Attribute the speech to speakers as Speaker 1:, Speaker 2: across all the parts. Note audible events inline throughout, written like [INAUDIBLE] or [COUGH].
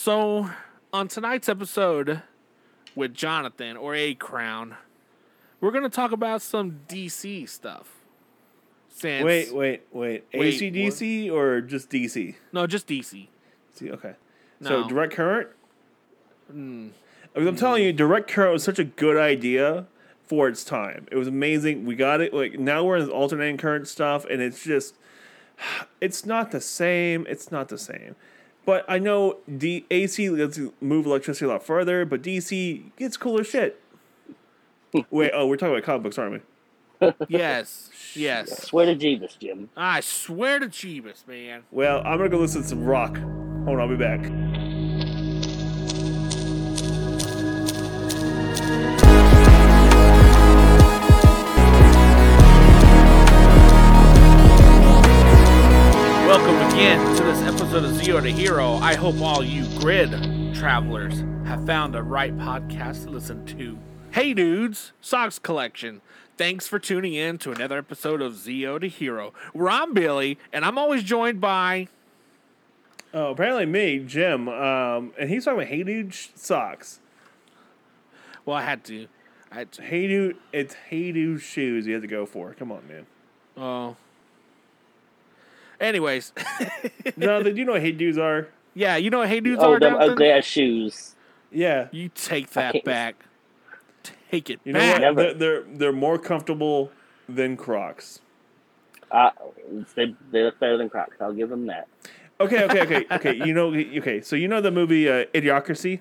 Speaker 1: So, on tonight's episode with Jonathan or A Crown, we're going to talk about some DC stuff. Since,
Speaker 2: Wait, wait, wait.
Speaker 1: Wait,
Speaker 2: ACDC or just DC?
Speaker 1: No, just DC.
Speaker 2: See, okay.
Speaker 1: No. Hmm.
Speaker 2: So direct current. I mean, I'm telling you, direct current was such a good idea for its time. It was amazing. We got it. Like now we're in alternating current stuff, and it's just, [SIGHS] it's not the same. It's not the same. But I know the AC lets you move electricity a lot further, but DC gets cooler shit. Wait, oh, we're talking about comic books, aren't
Speaker 1: Yes. yes.
Speaker 3: Swear to Jeebus, Jim.
Speaker 1: I swear to Jeebus, man.
Speaker 2: we? Well, I'm gonna go listen to some rock. Hold on, I'll be back.
Speaker 1: Welcome again to this episode of Zero to Hero. I hope all you grid travelers have found the right podcast to listen to. Hey dudes, Socks Collection. Thanks for tuning in to another episode of Zero to Hero, where I'm Billy, and I'm always joined by
Speaker 2: Oh, apparently me, Jim, um, and he's talking about Hey Dude sh- socks.
Speaker 1: well, I had to. I had to.
Speaker 2: Hey Dude, it's Hey Dude shoes you have to go for. Come on, man.
Speaker 1: Oh. Anyways, [LAUGHS]
Speaker 2: no, do you know what Hey Dudes are?
Speaker 1: yeah, you know what hey dudes
Speaker 3: Oh,
Speaker 1: are
Speaker 3: them
Speaker 1: Jonathan?
Speaker 3: ugly ass shoes.
Speaker 2: Yeah,
Speaker 1: You take that
Speaker 3: can't-
Speaker 1: back. Take it
Speaker 2: you know
Speaker 1: back.
Speaker 2: what?
Speaker 3: Never.
Speaker 2: They're, they're they're more comfortable than Crocs.
Speaker 3: Uh, they, they look better than Crocs. I'll give them that.
Speaker 2: Okay, okay, okay, okay. You know, okay. So you know the movie uh, Idiocracy.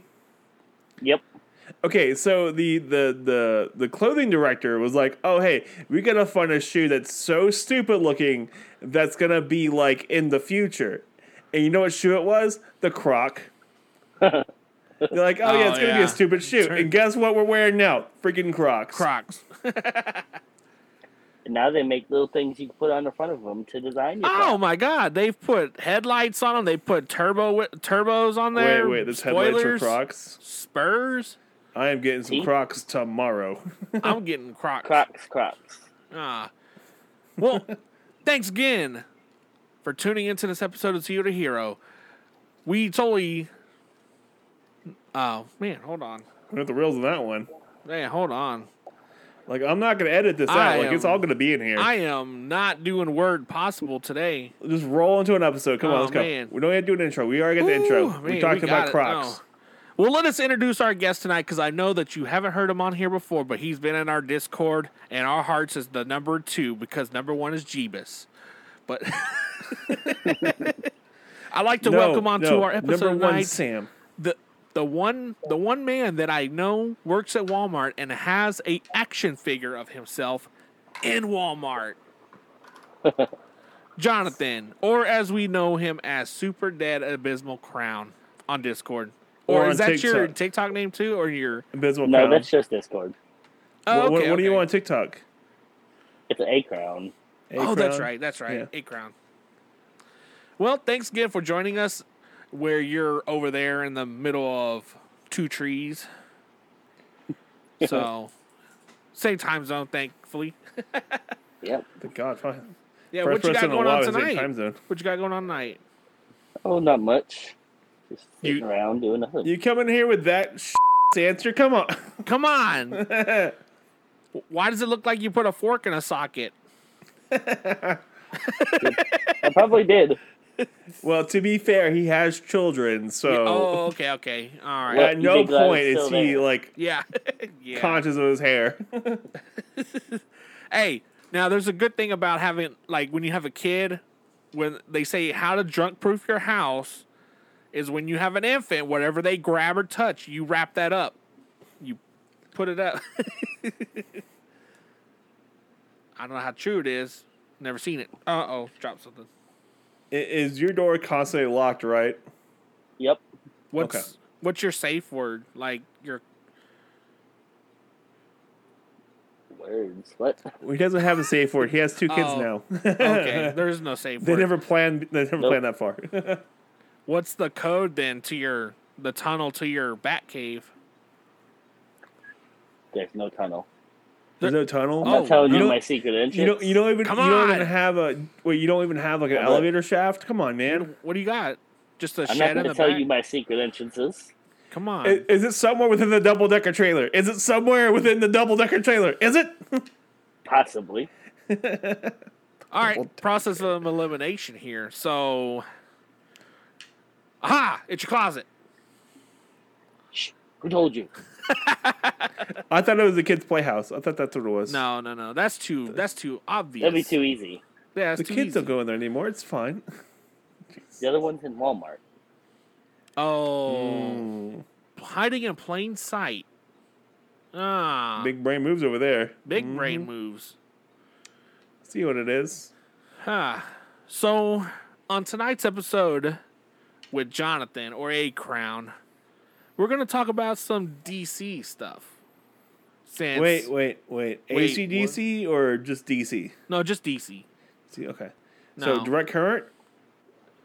Speaker 3: Yep.
Speaker 2: Okay, so the, the the the clothing director was like, "Oh, hey, we gotta find a shoe that's so stupid looking that's gonna be like in the future." And you know what shoe it was? The Croc. They're like, "Oh, yeah,
Speaker 1: Oh,
Speaker 2: it's gonna be
Speaker 1: yeah.
Speaker 2: a stupid shoe."
Speaker 1: Turn-
Speaker 2: And guess what we're wearing now? Freaking Crocs.
Speaker 1: Crocs.
Speaker 3: And now they make little things you can put on the front of them to design your
Speaker 1: Oh
Speaker 3: Crocs.
Speaker 1: my God! They've put headlights on them. They put turbo wi- turbos on
Speaker 2: Wait,
Speaker 1: there.
Speaker 2: wait, this headlights are
Speaker 1: spoilers,
Speaker 2: Crocs.
Speaker 1: Spurs.
Speaker 2: I am getting some
Speaker 3: See?
Speaker 2: Crocs tomorrow. [LAUGHS]
Speaker 1: I'm getting Crocs.
Speaker 3: Crocs, Crocs.
Speaker 1: Ah. Well, thanks again for tuning into this episode of Zero to Hero. We totally. Oh man, hold on.
Speaker 2: We're at the reels on that one.
Speaker 1: Man, hold on.
Speaker 2: Like, I'm not gonna edit this
Speaker 1: I
Speaker 2: out. Like, it's
Speaker 1: am-
Speaker 2: all gonna be in here.
Speaker 1: I am not doing word possible today.
Speaker 2: Just roll into an episode. Come
Speaker 1: Oh,
Speaker 2: on, let's go.
Speaker 1: man.
Speaker 2: We don't have to do an intro. We already got the
Speaker 1: Ooh,
Speaker 2: intro.
Speaker 1: man,
Speaker 2: we talked
Speaker 1: got
Speaker 2: about
Speaker 1: it. Oh.
Speaker 2: Crocs.
Speaker 1: No. Well, let us introduce our guest tonight because I know that you haven't heard him on here before, but he's been in our Discord and our hearts is the number two because number one is Jeebus. But [LAUGHS] I'd like to welcome onto
Speaker 2: no.
Speaker 1: our episode
Speaker 2: Number one,
Speaker 1: tonight,
Speaker 2: Sam.
Speaker 1: the the one the one man that I know works at Walmart and has a action figure of himself in
Speaker 2: [LAUGHS]
Speaker 1: Walmart. Jonathan, or as we know him as Super Dead Abysmal Crown on Discord. Or,
Speaker 2: Or on
Speaker 1: is that your
Speaker 2: TikTok.
Speaker 1: TikTok name too? Or your
Speaker 2: Abysmal
Speaker 3: No,
Speaker 2: Crown.
Speaker 3: that's just Discord.
Speaker 1: oh,
Speaker 2: what, what-
Speaker 1: okay,
Speaker 2: what do you
Speaker 1: okay.
Speaker 2: want on TikTok?
Speaker 3: It's an A crown.
Speaker 2: A
Speaker 1: oh, that's
Speaker 2: crown?
Speaker 1: right. That's right.
Speaker 2: Yeah.
Speaker 1: Eight crown. Well, thanks again for joining us. Where you're over there in the middle of two trees, so same time zone, thankfully.
Speaker 3: Yep.
Speaker 2: Thank God. fine.
Speaker 1: Yeah,
Speaker 2: First
Speaker 1: what you got
Speaker 2: person in
Speaker 1: going
Speaker 2: a while
Speaker 1: on
Speaker 2: is in time
Speaker 1: tonight?
Speaker 2: zone.
Speaker 1: What you got going on tonight?
Speaker 3: Oh, not much. Just
Speaker 1: You-
Speaker 3: sitting around doing nothing.
Speaker 2: You come in here with that [LAUGHS] sh- answer? Come on. [LAUGHS]
Speaker 1: Come on. Why does it look like you put a fork in a socket?
Speaker 3: I probably did.
Speaker 2: well, to be fair, he has children, so
Speaker 1: Oh, okay, okay, all right.
Speaker 3: Well-
Speaker 2: at
Speaker 3: You
Speaker 2: no
Speaker 3: think that
Speaker 2: point
Speaker 3: is
Speaker 2: is
Speaker 3: still
Speaker 2: he
Speaker 3: there.
Speaker 2: like
Speaker 1: Yeah, [LAUGHS] yeah.
Speaker 2: conscious of his hair. [LAUGHS]
Speaker 1: hey, now there's a good thing about having like when you have a kid, when they say how to drunk proof your house is when you have an infant, whatever they grab or touch, you wrap that up. You put it up. [LAUGHS] I don't know how true it is. Never seen it. Uh oh, dropped something.
Speaker 2: I- is your door constantly locked? Right.
Speaker 3: Yep.
Speaker 1: What's
Speaker 2: Okay.
Speaker 1: what's your safe word? Like
Speaker 2: [LAUGHS]
Speaker 1: your
Speaker 3: Words. What?
Speaker 2: Well, He doesn't have a safe word. He has two kids
Speaker 1: Oh.
Speaker 2: now. [LAUGHS]
Speaker 1: okay. there's no safe
Speaker 2: They
Speaker 1: word.
Speaker 2: never planned. They never
Speaker 3: Nope.
Speaker 2: planned that far. [LAUGHS]
Speaker 1: What's the code then to your the tunnel to your bat cave?
Speaker 3: There's no tunnel.
Speaker 2: There's no tunnel.
Speaker 3: I'm
Speaker 1: Oh,
Speaker 3: not telling
Speaker 2: you
Speaker 3: you,
Speaker 2: don't-
Speaker 3: my secret entrance.
Speaker 2: You don't. You don't even.
Speaker 1: Come
Speaker 2: you don't
Speaker 1: on.
Speaker 2: even have a. Wait. You don't even have like an
Speaker 3: Hold up.
Speaker 2: elevator shaft. Come on, man.
Speaker 1: What do you got? Just a
Speaker 3: I'm not
Speaker 1: shed
Speaker 3: going
Speaker 1: in the
Speaker 3: to tell
Speaker 1: back.
Speaker 3: you my secret entrances.
Speaker 1: Come on.
Speaker 2: I- Is it somewhere within the double decker trailer? Is it somewhere within the double decker trailer? Is it? [LAUGHS]
Speaker 3: Possibly.
Speaker 1: All
Speaker 2: Double
Speaker 1: right, process of elimination here. So, aha, it's your closet.
Speaker 3: Shh, who told you?
Speaker 2: I thought it was the kids' playhouse. I thought that's what it was.
Speaker 1: No, no, no. That's too. That's too obvious.
Speaker 3: That'd be too easy.
Speaker 1: Yeah, that's
Speaker 2: the
Speaker 1: too
Speaker 2: kids
Speaker 1: easy.
Speaker 2: don't go in there anymore. It's fine.
Speaker 3: The other one's in Walmart.
Speaker 1: Oh, hiding in plain sight. Ah, big,
Speaker 2: Big Mm-hmm. brain moves over there.
Speaker 1: brain moves.
Speaker 2: See what it is.
Speaker 1: Huh. So, on tonight's episode with Jonathan or A Crown, we're gonna talk about some DC stuff. Since,
Speaker 2: Wait, wait, wait.
Speaker 1: Wait,
Speaker 2: ACDC or just DC?
Speaker 1: no, just DC.
Speaker 2: See, okay.
Speaker 1: No.
Speaker 2: So direct current.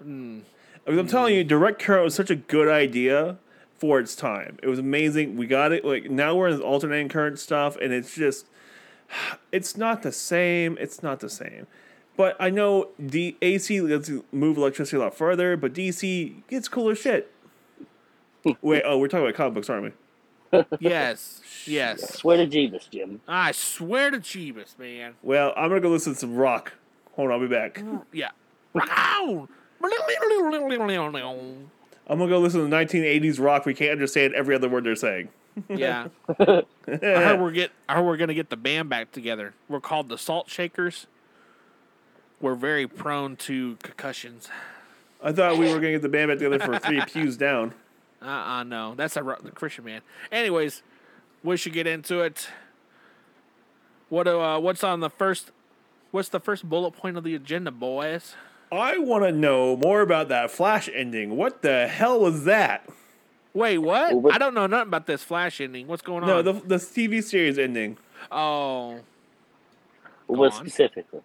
Speaker 2: Hmm. I mean, I'm telling you, direct current was such a good idea for its time. It was amazing. We got it. Like now we're in this alternating current stuff, and it's just, [SIGHS] it's not the same. It's not the same. But I know the AC lets you move electricity a lot further, but DC gets cooler shit. Wait, oh, we're talking about comic books, aren't we?
Speaker 1: Yes, yes.
Speaker 3: Swear to Jesus, Jim.
Speaker 1: I swear to Jeebus, man.
Speaker 2: Well, I'm gonna go listen to some rock. Hold on, I'll be back. [LAUGHS]
Speaker 1: Yeah. Rock on!
Speaker 2: I'm gonna go listen to 1980s rock. We can't understand every other word they're saying.
Speaker 1: Yeah. I heard we're get I heard we're gonna get the band back together. We're called the Salt Shakers. We're very prone to concussions.
Speaker 2: I thought we were gonna get the band back together for
Speaker 3: [LAUGHS]
Speaker 2: three pews down.
Speaker 1: Uh uh no. That's a ro- the Christian man. Anyways, we should get into it. What do, uh what's on the first what's the first bullet point of the agenda, boys?
Speaker 2: I want to know more about that flash ending. What the hell was that?
Speaker 1: Wait, what?
Speaker 3: Over-
Speaker 1: I don't know nothing about this flash ending. What's going
Speaker 2: No,
Speaker 1: on?
Speaker 2: the the TV series ending.
Speaker 1: oh.
Speaker 3: What
Speaker 1: on.
Speaker 3: specifically?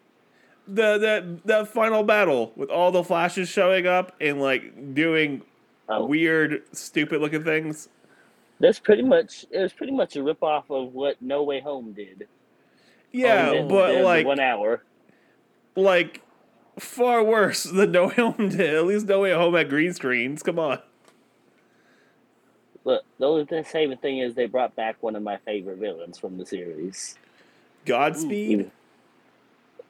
Speaker 2: The the that final battle with all the flashes showing up and like doing
Speaker 3: Oh.
Speaker 2: weird, stupid looking things.
Speaker 3: That's pretty much. It was pretty much a ripoff of what No Way Home did.
Speaker 2: Yeah,
Speaker 3: Only
Speaker 2: Oh, but
Speaker 3: did Oh, the
Speaker 2: like
Speaker 3: one hour.
Speaker 2: like far worse [LAUGHS] than No Way Home did. At least No Way Home had green screens. Come on.
Speaker 3: Look, the only thing, saving thing is they brought back one of my favorite villains from the series.
Speaker 2: Godspeed,
Speaker 3: Even-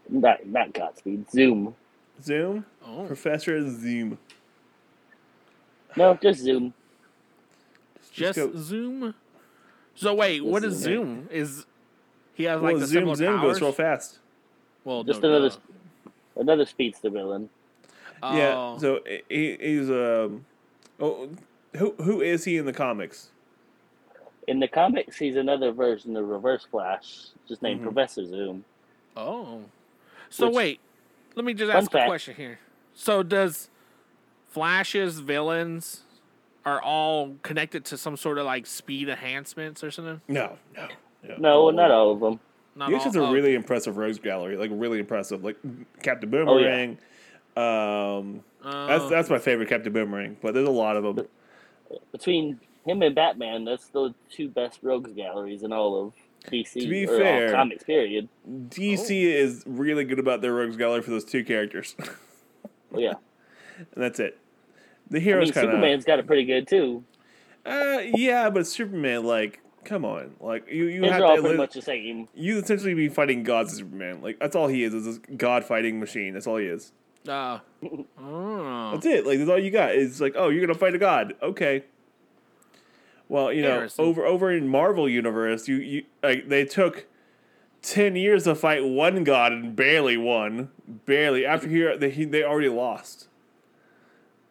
Speaker 3: Not not Godspeed. Zoom.
Speaker 2: Zoom,
Speaker 1: Oh.
Speaker 2: Professor Zoom.
Speaker 3: No, just Zoom.
Speaker 1: Just
Speaker 2: go-
Speaker 1: Zoom. So wait, what is
Speaker 3: Zoom.
Speaker 1: Zoom? Is he has like
Speaker 2: Well,
Speaker 1: the
Speaker 2: Zoom
Speaker 1: similar
Speaker 2: Zoom
Speaker 1: powers?
Speaker 2: goes real fast.
Speaker 1: Well,
Speaker 3: Just
Speaker 1: no, Oh,
Speaker 3: another
Speaker 1: duh.
Speaker 3: another speedster villain.
Speaker 1: Oh,
Speaker 3: Um,
Speaker 2: Yeah. So i- he, he's um. Oh, who who is he in the comics?
Speaker 3: In the comics, he's another version of Reverse Flash, just named
Speaker 2: Mhm.
Speaker 1: Mm-hmm.
Speaker 3: Professor Zoom.
Speaker 1: oh. So
Speaker 3: Which-
Speaker 1: wait, let me just
Speaker 3: Fun
Speaker 1: ask a
Speaker 3: fact.
Speaker 1: question here. So does Flash's villains are all connected to some sort of like speed enhancements or something?
Speaker 2: No, no, no.
Speaker 1: Oh.
Speaker 3: No, not all of them.
Speaker 1: Not
Speaker 2: He actually has
Speaker 1: all-
Speaker 2: a
Speaker 3: um,
Speaker 1: oh,
Speaker 2: really impressive rogues gallery, like really impressive, like Captain
Speaker 3: Oh, yeah. Uh,
Speaker 2: Boomerang. Um, that's
Speaker 1: oh.
Speaker 2: that's my favorite Captain Boomerang, but there's a lot of them.
Speaker 3: Between him and Batman, that's the two best rogues galleries in all of DC
Speaker 2: To be
Speaker 3: or all
Speaker 2: fair-
Speaker 3: comics. Period.
Speaker 2: DC
Speaker 3: oh.
Speaker 2: is really good about their rogues gallery for those two characters, [LAUGHS] and
Speaker 3: Well, yeah,
Speaker 2: that's it. The
Speaker 3: I
Speaker 2: heroes
Speaker 3: mean
Speaker 2: kind of
Speaker 3: Superman's got it pretty good too.
Speaker 2: uh, yeah, but Superman, like, come on, like you you
Speaker 3: These
Speaker 2: have
Speaker 3: are all
Speaker 2: to
Speaker 3: pretty
Speaker 2: li-
Speaker 3: much the same.
Speaker 2: you essentially be fighting gods as Superman. Like that's all he is is this god fighting machine. That's all he is.
Speaker 1: Uh, oh.
Speaker 2: That's it. Like that's all you got. It's like, oh, you're gonna fight a god. Okay. Well, you know,
Speaker 1: Interesting.
Speaker 2: over over in Marvel universe, you you like they took ten years to fight one god and barely won. Barely after here, they he, they already lost.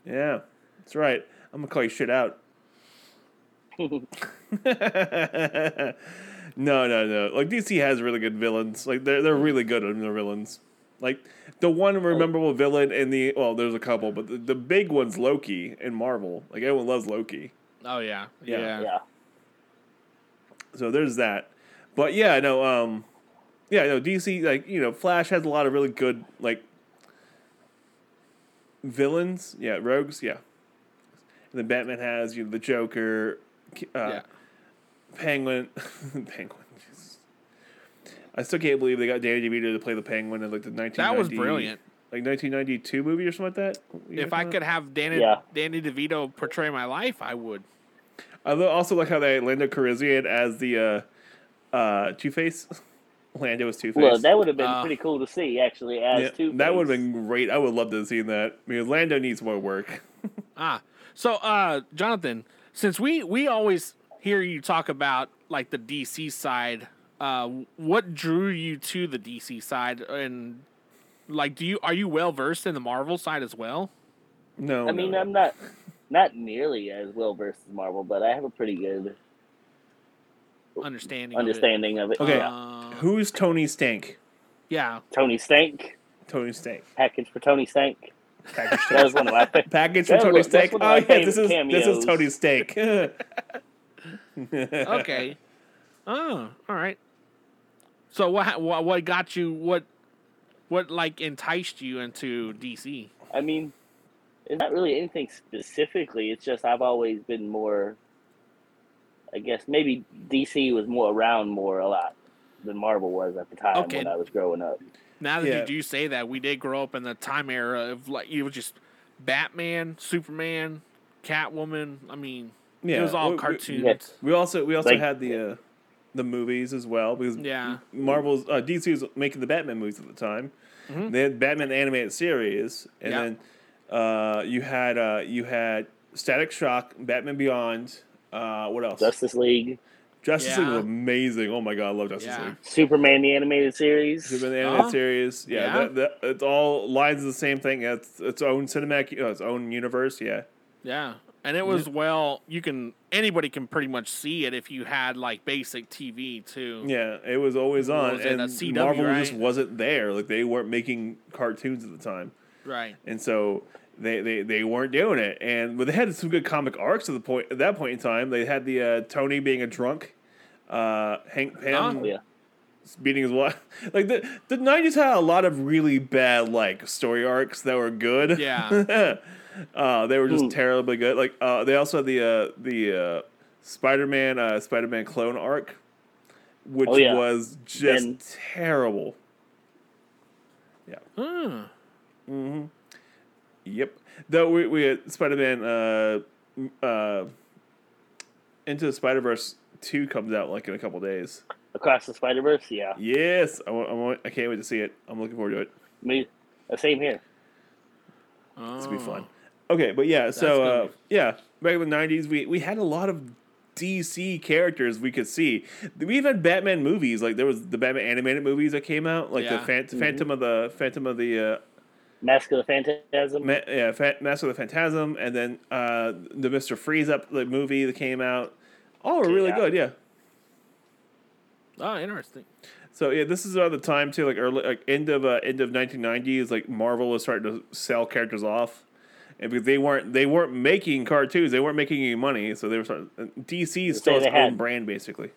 Speaker 2: Yeah, that's right. I'm gonna call you shit out. no, no, no. Like DC has really good villains. Like they're they're really good on their villains. Like the one memorable villain in the well, there's a couple, but the, the big one's Loki in Marvel. Like everyone loves Loki.
Speaker 1: Oh, yeah.
Speaker 2: Yeah.
Speaker 1: Yeah.
Speaker 3: Yeah,
Speaker 2: So there's that. But yeah, no, um yeah, no, DC like, you know, Flash has a lot of really good like villains. Yeah, rogues, yeah. And then Batman has, you know, the Joker, Ki- uh,
Speaker 1: yeah.
Speaker 2: Penguin, [LAUGHS] Penguin. Jesus. I still can't believe they got Danny DeVito to play the Penguin in like the 1990s.
Speaker 1: That was brilliant.
Speaker 2: Like like 1992 movie or something like that. You
Speaker 1: If
Speaker 2: know,
Speaker 1: I
Speaker 2: something
Speaker 1: could have Danny
Speaker 3: Yeah.
Speaker 1: Danny DeVito portray my life, I would.
Speaker 2: I lo- also like how they Lando Calrissian as the uh, uh, Two Face. [LAUGHS] Lando was Two Face.
Speaker 3: Well, that would have been
Speaker 1: Uh,
Speaker 3: pretty cool to see actually as
Speaker 2: Yeah,
Speaker 3: two.
Speaker 2: that would have been great. I would love to have seen that because Lando needs more work.
Speaker 1: Ah, so uh, Jonathan, since we we always hear you talk about like the DC side, uh, what drew you to the DC side, and like, do you are you well versed in the Marvel side as well?
Speaker 2: No,
Speaker 3: I mean,
Speaker 2: no.
Speaker 3: I'm not not nearly as well versed as Marvel, but I have a pretty good
Speaker 1: Understanding. of it.
Speaker 3: understanding of it.
Speaker 2: Okay.
Speaker 3: Yeah.
Speaker 1: Uh,
Speaker 2: who's Tony Stank?
Speaker 1: yeah.
Speaker 3: Tony Stank
Speaker 2: Tony Stank.
Speaker 3: package for Tony Stank. [LAUGHS]
Speaker 2: Package,
Speaker 3: That was one of my. fa-
Speaker 2: package for
Speaker 3: That
Speaker 2: Tony
Speaker 3: was- that's
Speaker 2: Stank.
Speaker 3: one of
Speaker 2: Oh
Speaker 3: my
Speaker 2: yeah, this
Speaker 3: favorite
Speaker 2: is this is
Speaker 3: cameos.
Speaker 2: Tony
Speaker 3: [LAUGHS]
Speaker 2: Stank.
Speaker 1: Okay. [LAUGHS] oh, all right. So what ha- what what got you what what like enticed you into DC?
Speaker 3: I mean, it's not really anything specifically. It's just I've always been more. I guess maybe DC was more around more a lot than Marvel was at the time
Speaker 1: Okay.
Speaker 3: when I was growing up.
Speaker 1: Now that
Speaker 2: Yeah.
Speaker 1: you do say that, we did grow up in the time era of like it was just Batman, Superman, Catwoman. I mean,
Speaker 2: Yeah,
Speaker 1: it was all
Speaker 2: we- we-
Speaker 1: cartoons.
Speaker 3: Yes.
Speaker 2: We also we also
Speaker 3: Like-
Speaker 2: had the uh, the movies as well because
Speaker 1: Yeah.
Speaker 2: Marvel's uh, DC was making the Batman movies at the time.
Speaker 3: Mm-hmm.
Speaker 1: Mhm.
Speaker 2: They had Batman animated series, and
Speaker 1: Yeah.
Speaker 2: then uh, you had uh, you had Static Shock, Batman Beyond. Uh, what else?
Speaker 3: Justice League,
Speaker 2: Justice League
Speaker 1: Yeah.
Speaker 2: was amazing. Oh my god, I love Justice
Speaker 1: Yeah.
Speaker 2: League.
Speaker 3: Superman the animated series.
Speaker 2: Superman the animated
Speaker 1: Huh?
Speaker 2: series. Yeah,
Speaker 1: Yeah.
Speaker 2: That, that, it's all lines of the same thing. It's its own cinematic, uh, its own universe. Yeah.
Speaker 1: Yeah. And it was well, you can anybody can pretty much see it if you had like basic TV too.
Speaker 2: Yeah, it was always on,
Speaker 1: was it,
Speaker 2: and
Speaker 1: a CW,
Speaker 2: Marvel just
Speaker 1: right?
Speaker 2: wasn't there. Like they weren't making cartoons at the time,
Speaker 1: Right.
Speaker 2: and so they, they, they weren't doing it. And but they had some good comic arcs at the point at that point in time. They had the uh, Tony being a drunk, uh, Hank Pym
Speaker 1: Oh,
Speaker 3: Oh, yeah.
Speaker 2: beating his wife. [LAUGHS] Like the the nineties had a lot of really bad like story arcs that were good.
Speaker 1: Yeah.
Speaker 2: [LAUGHS] uh, they were just
Speaker 3: Mm.
Speaker 2: terribly good. Like uh, they also had the uh, the uh, Spider Man uh, Spider Man clone arc, which
Speaker 3: Oh, yeah.
Speaker 2: was just
Speaker 3: Ben.
Speaker 2: terrible.
Speaker 1: Hmm.
Speaker 2: Yep. Though we we had Spider Man uh, m- uh, Into the Spider Verse two comes out like in a couple days.
Speaker 3: Across the Spider Verse, yeah.
Speaker 2: Yes, I, wa- I, wa- I can't wait to see it. I'm looking forward to it.
Speaker 3: Me, uh, same here.
Speaker 2: This will be fun. Okay, but yeah, so
Speaker 1: Oh. gonna
Speaker 2: uh, yeah, back in the '90s, we we had a lot of DC characters we could see. We even had Batman movies. Like there was the Batman animated movies that came out, like
Speaker 1: Yeah. Mm-hmm.
Speaker 2: the Phant- Phantom of the Phantom of the
Speaker 3: Mask of the
Speaker 2: uh,
Speaker 3: Phantasm.
Speaker 2: Ma- yeah, Fa- Master of the Phantasm, and then uh, the Mister Freeze up the movie that came out. All were really
Speaker 3: Yeah.
Speaker 2: good. Yeah.
Speaker 1: Oh, interesting.
Speaker 2: So yeah, this is around the time too, like early, like end of uh, end of 1990s. Like Marvel was starting to sell characters off, and because they weren't they weren't making cartoons, they weren't making any money, so they were starting. DC is
Speaker 3: So
Speaker 2: still
Speaker 3: they
Speaker 2: its own
Speaker 3: had-
Speaker 2: brand basically.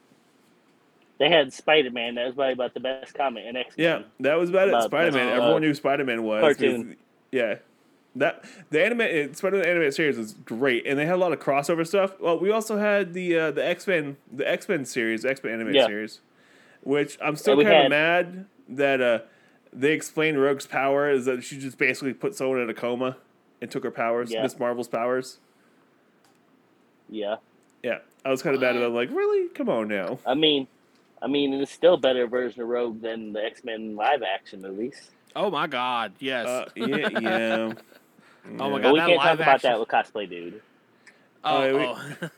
Speaker 3: They had Spider Man. That was probably about the best comic in X
Speaker 2: Yeah, that was about it.
Speaker 3: About-
Speaker 2: Spider Man.
Speaker 1: uh,
Speaker 2: Everyone knew Spider Man was.
Speaker 3: cartoon.
Speaker 2: because- Yeah, that the anime Spider Man animated series was great, and they had a lot of crossover stuff. Well, we also had the uh, the X Men the X Men series, X Men animated
Speaker 3: Yeah.
Speaker 2: series, which I'm still
Speaker 3: And we
Speaker 2: kind of
Speaker 3: had-
Speaker 2: mad that uh, they explained Rogue's power is that she just basically put someone in a coma and took her powers,
Speaker 3: Yeah.
Speaker 2: Miss Marvel's powers.
Speaker 3: Yeah.
Speaker 2: Yeah, I was kind of mad
Speaker 1: Wow.
Speaker 2: about it. like really, come on now.
Speaker 3: I mean, I mean, it's still a better version of Rogue than the X Men live action movies.
Speaker 1: Oh my god, yes.
Speaker 2: Uh, yeah, yeah.
Speaker 1: [LAUGHS] Oh my God,
Speaker 2: Yeah.
Speaker 3: But we
Speaker 1: that
Speaker 3: can't talk
Speaker 1: live
Speaker 3: about
Speaker 1: action-
Speaker 3: that with cosplay, dude.
Speaker 2: uh,
Speaker 1: oh, oh.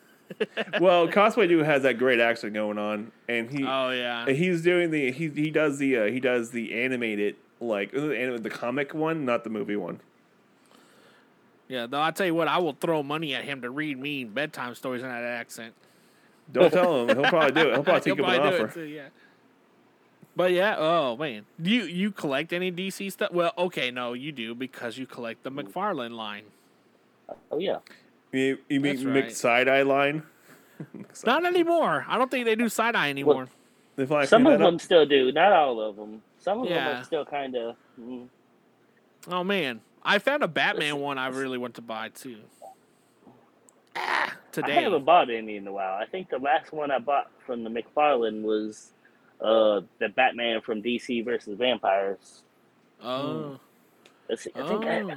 Speaker 1: [LAUGHS]
Speaker 2: Well, Cosplay Dude has that great accent going on, and he
Speaker 1: oh yeah.
Speaker 2: And he's doing the he he does the uh, he does the animated like uh, the anim- the comic one, not the movie one.
Speaker 1: Yeah, though I tell you what, I will throw money at him to read me bedtime stories in that accent.
Speaker 2: Don't tell him; he'll probably do it. He'll probably
Speaker 1: [LAUGHS]
Speaker 2: take
Speaker 1: He'll
Speaker 2: up an
Speaker 1: probably do it
Speaker 2: offer.
Speaker 1: too, yeah. But yeah, oh man, do you you collect any DC stuff? Well, okay, no, you do because you collect the McFarlane line.
Speaker 3: Oh yeah.
Speaker 2: You, you mean
Speaker 1: That's right.
Speaker 2: mixed side eye line? [LAUGHS]
Speaker 1: Not anymore. I don't think they do side eye anymore.
Speaker 2: They finally
Speaker 3: Some of
Speaker 2: cleaned that
Speaker 3: them
Speaker 2: up?
Speaker 3: still do. Not all of them. Some of them
Speaker 1: Yeah.
Speaker 3: are still kind of. Mm,
Speaker 1: Oh man, I found a Batman one I really want to buy too. Ah,
Speaker 3: I
Speaker 1: today.
Speaker 3: haven't bought any in a while. I think the last one I bought from the McFarlane was uh the Batman from DC versus Vampires.
Speaker 1: oh,
Speaker 3: Let's see. I think I,
Speaker 1: Oh.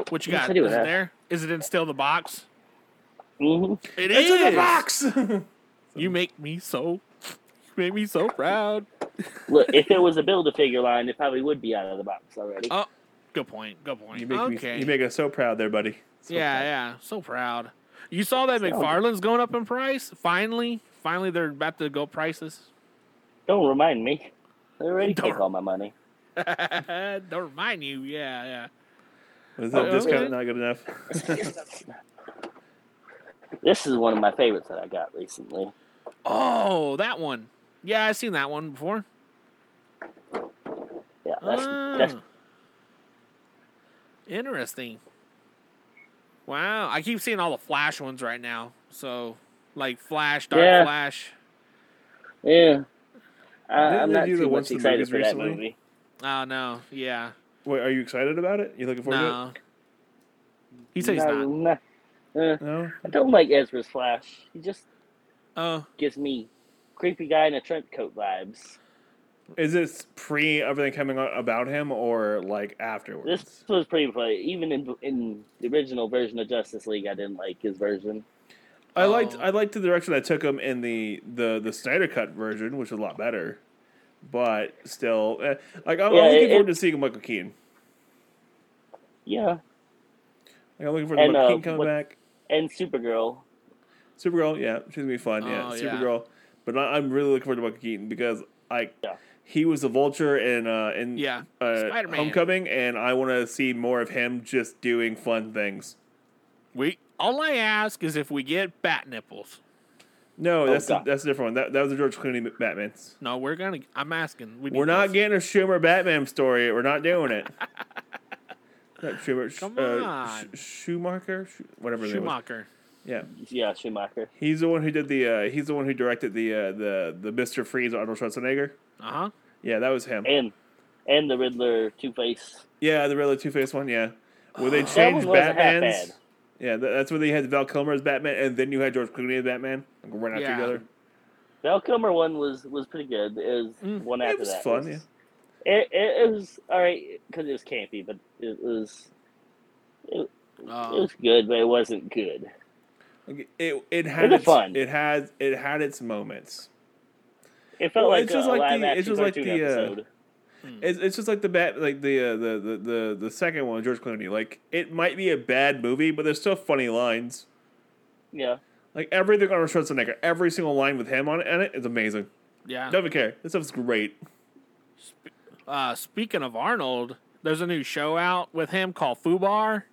Speaker 3: oh,
Speaker 1: What you
Speaker 3: yes,
Speaker 1: got?
Speaker 3: I do
Speaker 1: Is it
Speaker 3: have.
Speaker 1: there? Is it in still the box?
Speaker 3: hmm
Speaker 1: It
Speaker 2: It's in
Speaker 1: is!
Speaker 2: the box. [LAUGHS]
Speaker 1: You make me so, you make me so proud.
Speaker 3: Look, if it was a build a figure line, it probably would be out of the box already.
Speaker 1: Oh, good point. Good point.
Speaker 2: you make
Speaker 1: okay.
Speaker 2: me. You make us so proud, there, buddy. So
Speaker 1: yeah,
Speaker 2: proud.
Speaker 1: yeah. So proud. You saw that
Speaker 3: So-
Speaker 1: McFarlane's going up in price. Finally, finally, they're about to go prices. [LAUGHS]
Speaker 3: Don't remind me. They already took
Speaker 1: Don't-
Speaker 3: all my money. [LAUGHS]
Speaker 1: Don't remind you. Yeah, yeah.
Speaker 2: Was that
Speaker 1: Oh,
Speaker 2: discount
Speaker 1: okay.
Speaker 2: not good enough? [LAUGHS]
Speaker 3: This is one of my favorites that I got recently.
Speaker 1: Oh, that one. Yeah, I've seen that one before.
Speaker 3: Yeah, that's that's
Speaker 1: Ah. interesting. Wow, I keep seeing all the Flash ones right now. So, like Flash, Dark
Speaker 3: Yeah.
Speaker 1: Flash.
Speaker 3: yeah. I,
Speaker 2: Didn't
Speaker 3: I'm
Speaker 2: they
Speaker 3: not
Speaker 2: do the
Speaker 3: too
Speaker 2: ones
Speaker 3: much
Speaker 2: to
Speaker 3: excited
Speaker 2: movies
Speaker 3: for that
Speaker 2: recently?
Speaker 3: movie.
Speaker 1: Oh no, yeah,
Speaker 2: Wait, are you excited about it? You looking forward
Speaker 1: no. He says
Speaker 3: No,
Speaker 1: not.
Speaker 3: no. Uh,
Speaker 2: to it? No.
Speaker 3: I don't like Ezra's Flash. He just
Speaker 1: Oh,
Speaker 3: gives me creepy guy in a trench coat vibes.
Speaker 2: Is this pre everything coming out about him or like afterwards?
Speaker 3: This was pretty funny. Even in in the original version of Justice League, I didn't like his version.
Speaker 2: I liked
Speaker 3: Um,
Speaker 1: Oh.
Speaker 2: I liked the direction I took him in the the the Snyder cut version, which was a lot better. But still, eh, like I'm, I'm
Speaker 3: Yeah,
Speaker 2: looking
Speaker 3: it-
Speaker 2: forward
Speaker 3: it-
Speaker 2: to seeing Michael Keaton.
Speaker 3: Yeah,
Speaker 2: Like, I'm looking forward to
Speaker 3: And,
Speaker 2: Michael
Speaker 3: uh,
Speaker 2: Keaton coming
Speaker 3: what-
Speaker 2: back.
Speaker 3: and Supergirl.
Speaker 2: Supergirl, yeah, she's gonna be fun. yeah,
Speaker 1: Oh, yeah.
Speaker 2: Supergirl. But I, I'm really looking forward to Michael Keaton because I
Speaker 3: Yeah.
Speaker 2: he was the Vulture in uh in
Speaker 1: yeah.
Speaker 2: uh,
Speaker 1: Spider-Man.
Speaker 2: Homecoming, and I want to see more of him just doing fun things.
Speaker 1: We all I ask is if we get bat nipples.
Speaker 2: No, that's a,
Speaker 3: Oh, God.
Speaker 2: that's a different one. That that was a George Clooney Batman.
Speaker 1: No, we're gonna. I'm asking. We need
Speaker 2: We're not
Speaker 1: those.
Speaker 2: getting a Schumer Batman story. We're not doing it. Not Schumer, Sch-
Speaker 1: Come
Speaker 2: uh,
Speaker 1: on.
Speaker 2: Sch- Schumacher, Sch- whatever his name was.
Speaker 1: Schumacher.
Speaker 2: Yeah,
Speaker 3: Yeah, Schumacher.
Speaker 2: he's the one who did the. Uh, he's the one who directed the uh, the the Mister Freeze Arnold Schwarzenegger.
Speaker 1: Uh huh.
Speaker 2: Yeah, that was him.
Speaker 3: and and the Riddler Two Face.
Speaker 2: Yeah, the Riddler Two Face one. Yeah, where they
Speaker 3: That
Speaker 2: changed
Speaker 3: one wasn't half bad.
Speaker 2: Batman's. Yeah, tha- that's where they had Val Kilmer as Batman, and then you had George Clooney as Batman. Like, right after
Speaker 1: Yeah.
Speaker 2: each other.
Speaker 3: Val Kilmer one was was pretty good. It was
Speaker 1: Mm,
Speaker 3: one
Speaker 2: it
Speaker 3: after
Speaker 2: was
Speaker 3: that.
Speaker 2: fun,
Speaker 3: It was, it, it, it was all right because it was campy, but it was it, it
Speaker 1: Oh,
Speaker 3: was good, but it wasn't good.
Speaker 2: Like, It it had
Speaker 3: was
Speaker 2: its,
Speaker 3: fun.
Speaker 2: It had it had its moments.
Speaker 3: It felt
Speaker 2: Well,
Speaker 3: like
Speaker 2: it's
Speaker 3: a
Speaker 2: just like the-
Speaker 3: live action
Speaker 2: it's just like
Speaker 3: cartoon
Speaker 2: the, uh,
Speaker 3: episode.
Speaker 2: It's, it's just like the bat, like the, uh, the the the the second one, George Clooney. Like it might be a bad movie, but there's still funny lines.
Speaker 3: yeah,
Speaker 2: Like everything on Schwarzenegger, every single line with him on it, and it is amazing.
Speaker 1: yeah.
Speaker 2: Don't even care. This stuff's great.
Speaker 1: Uh, speaking of Arnold, there's a new show out with him called Fubar.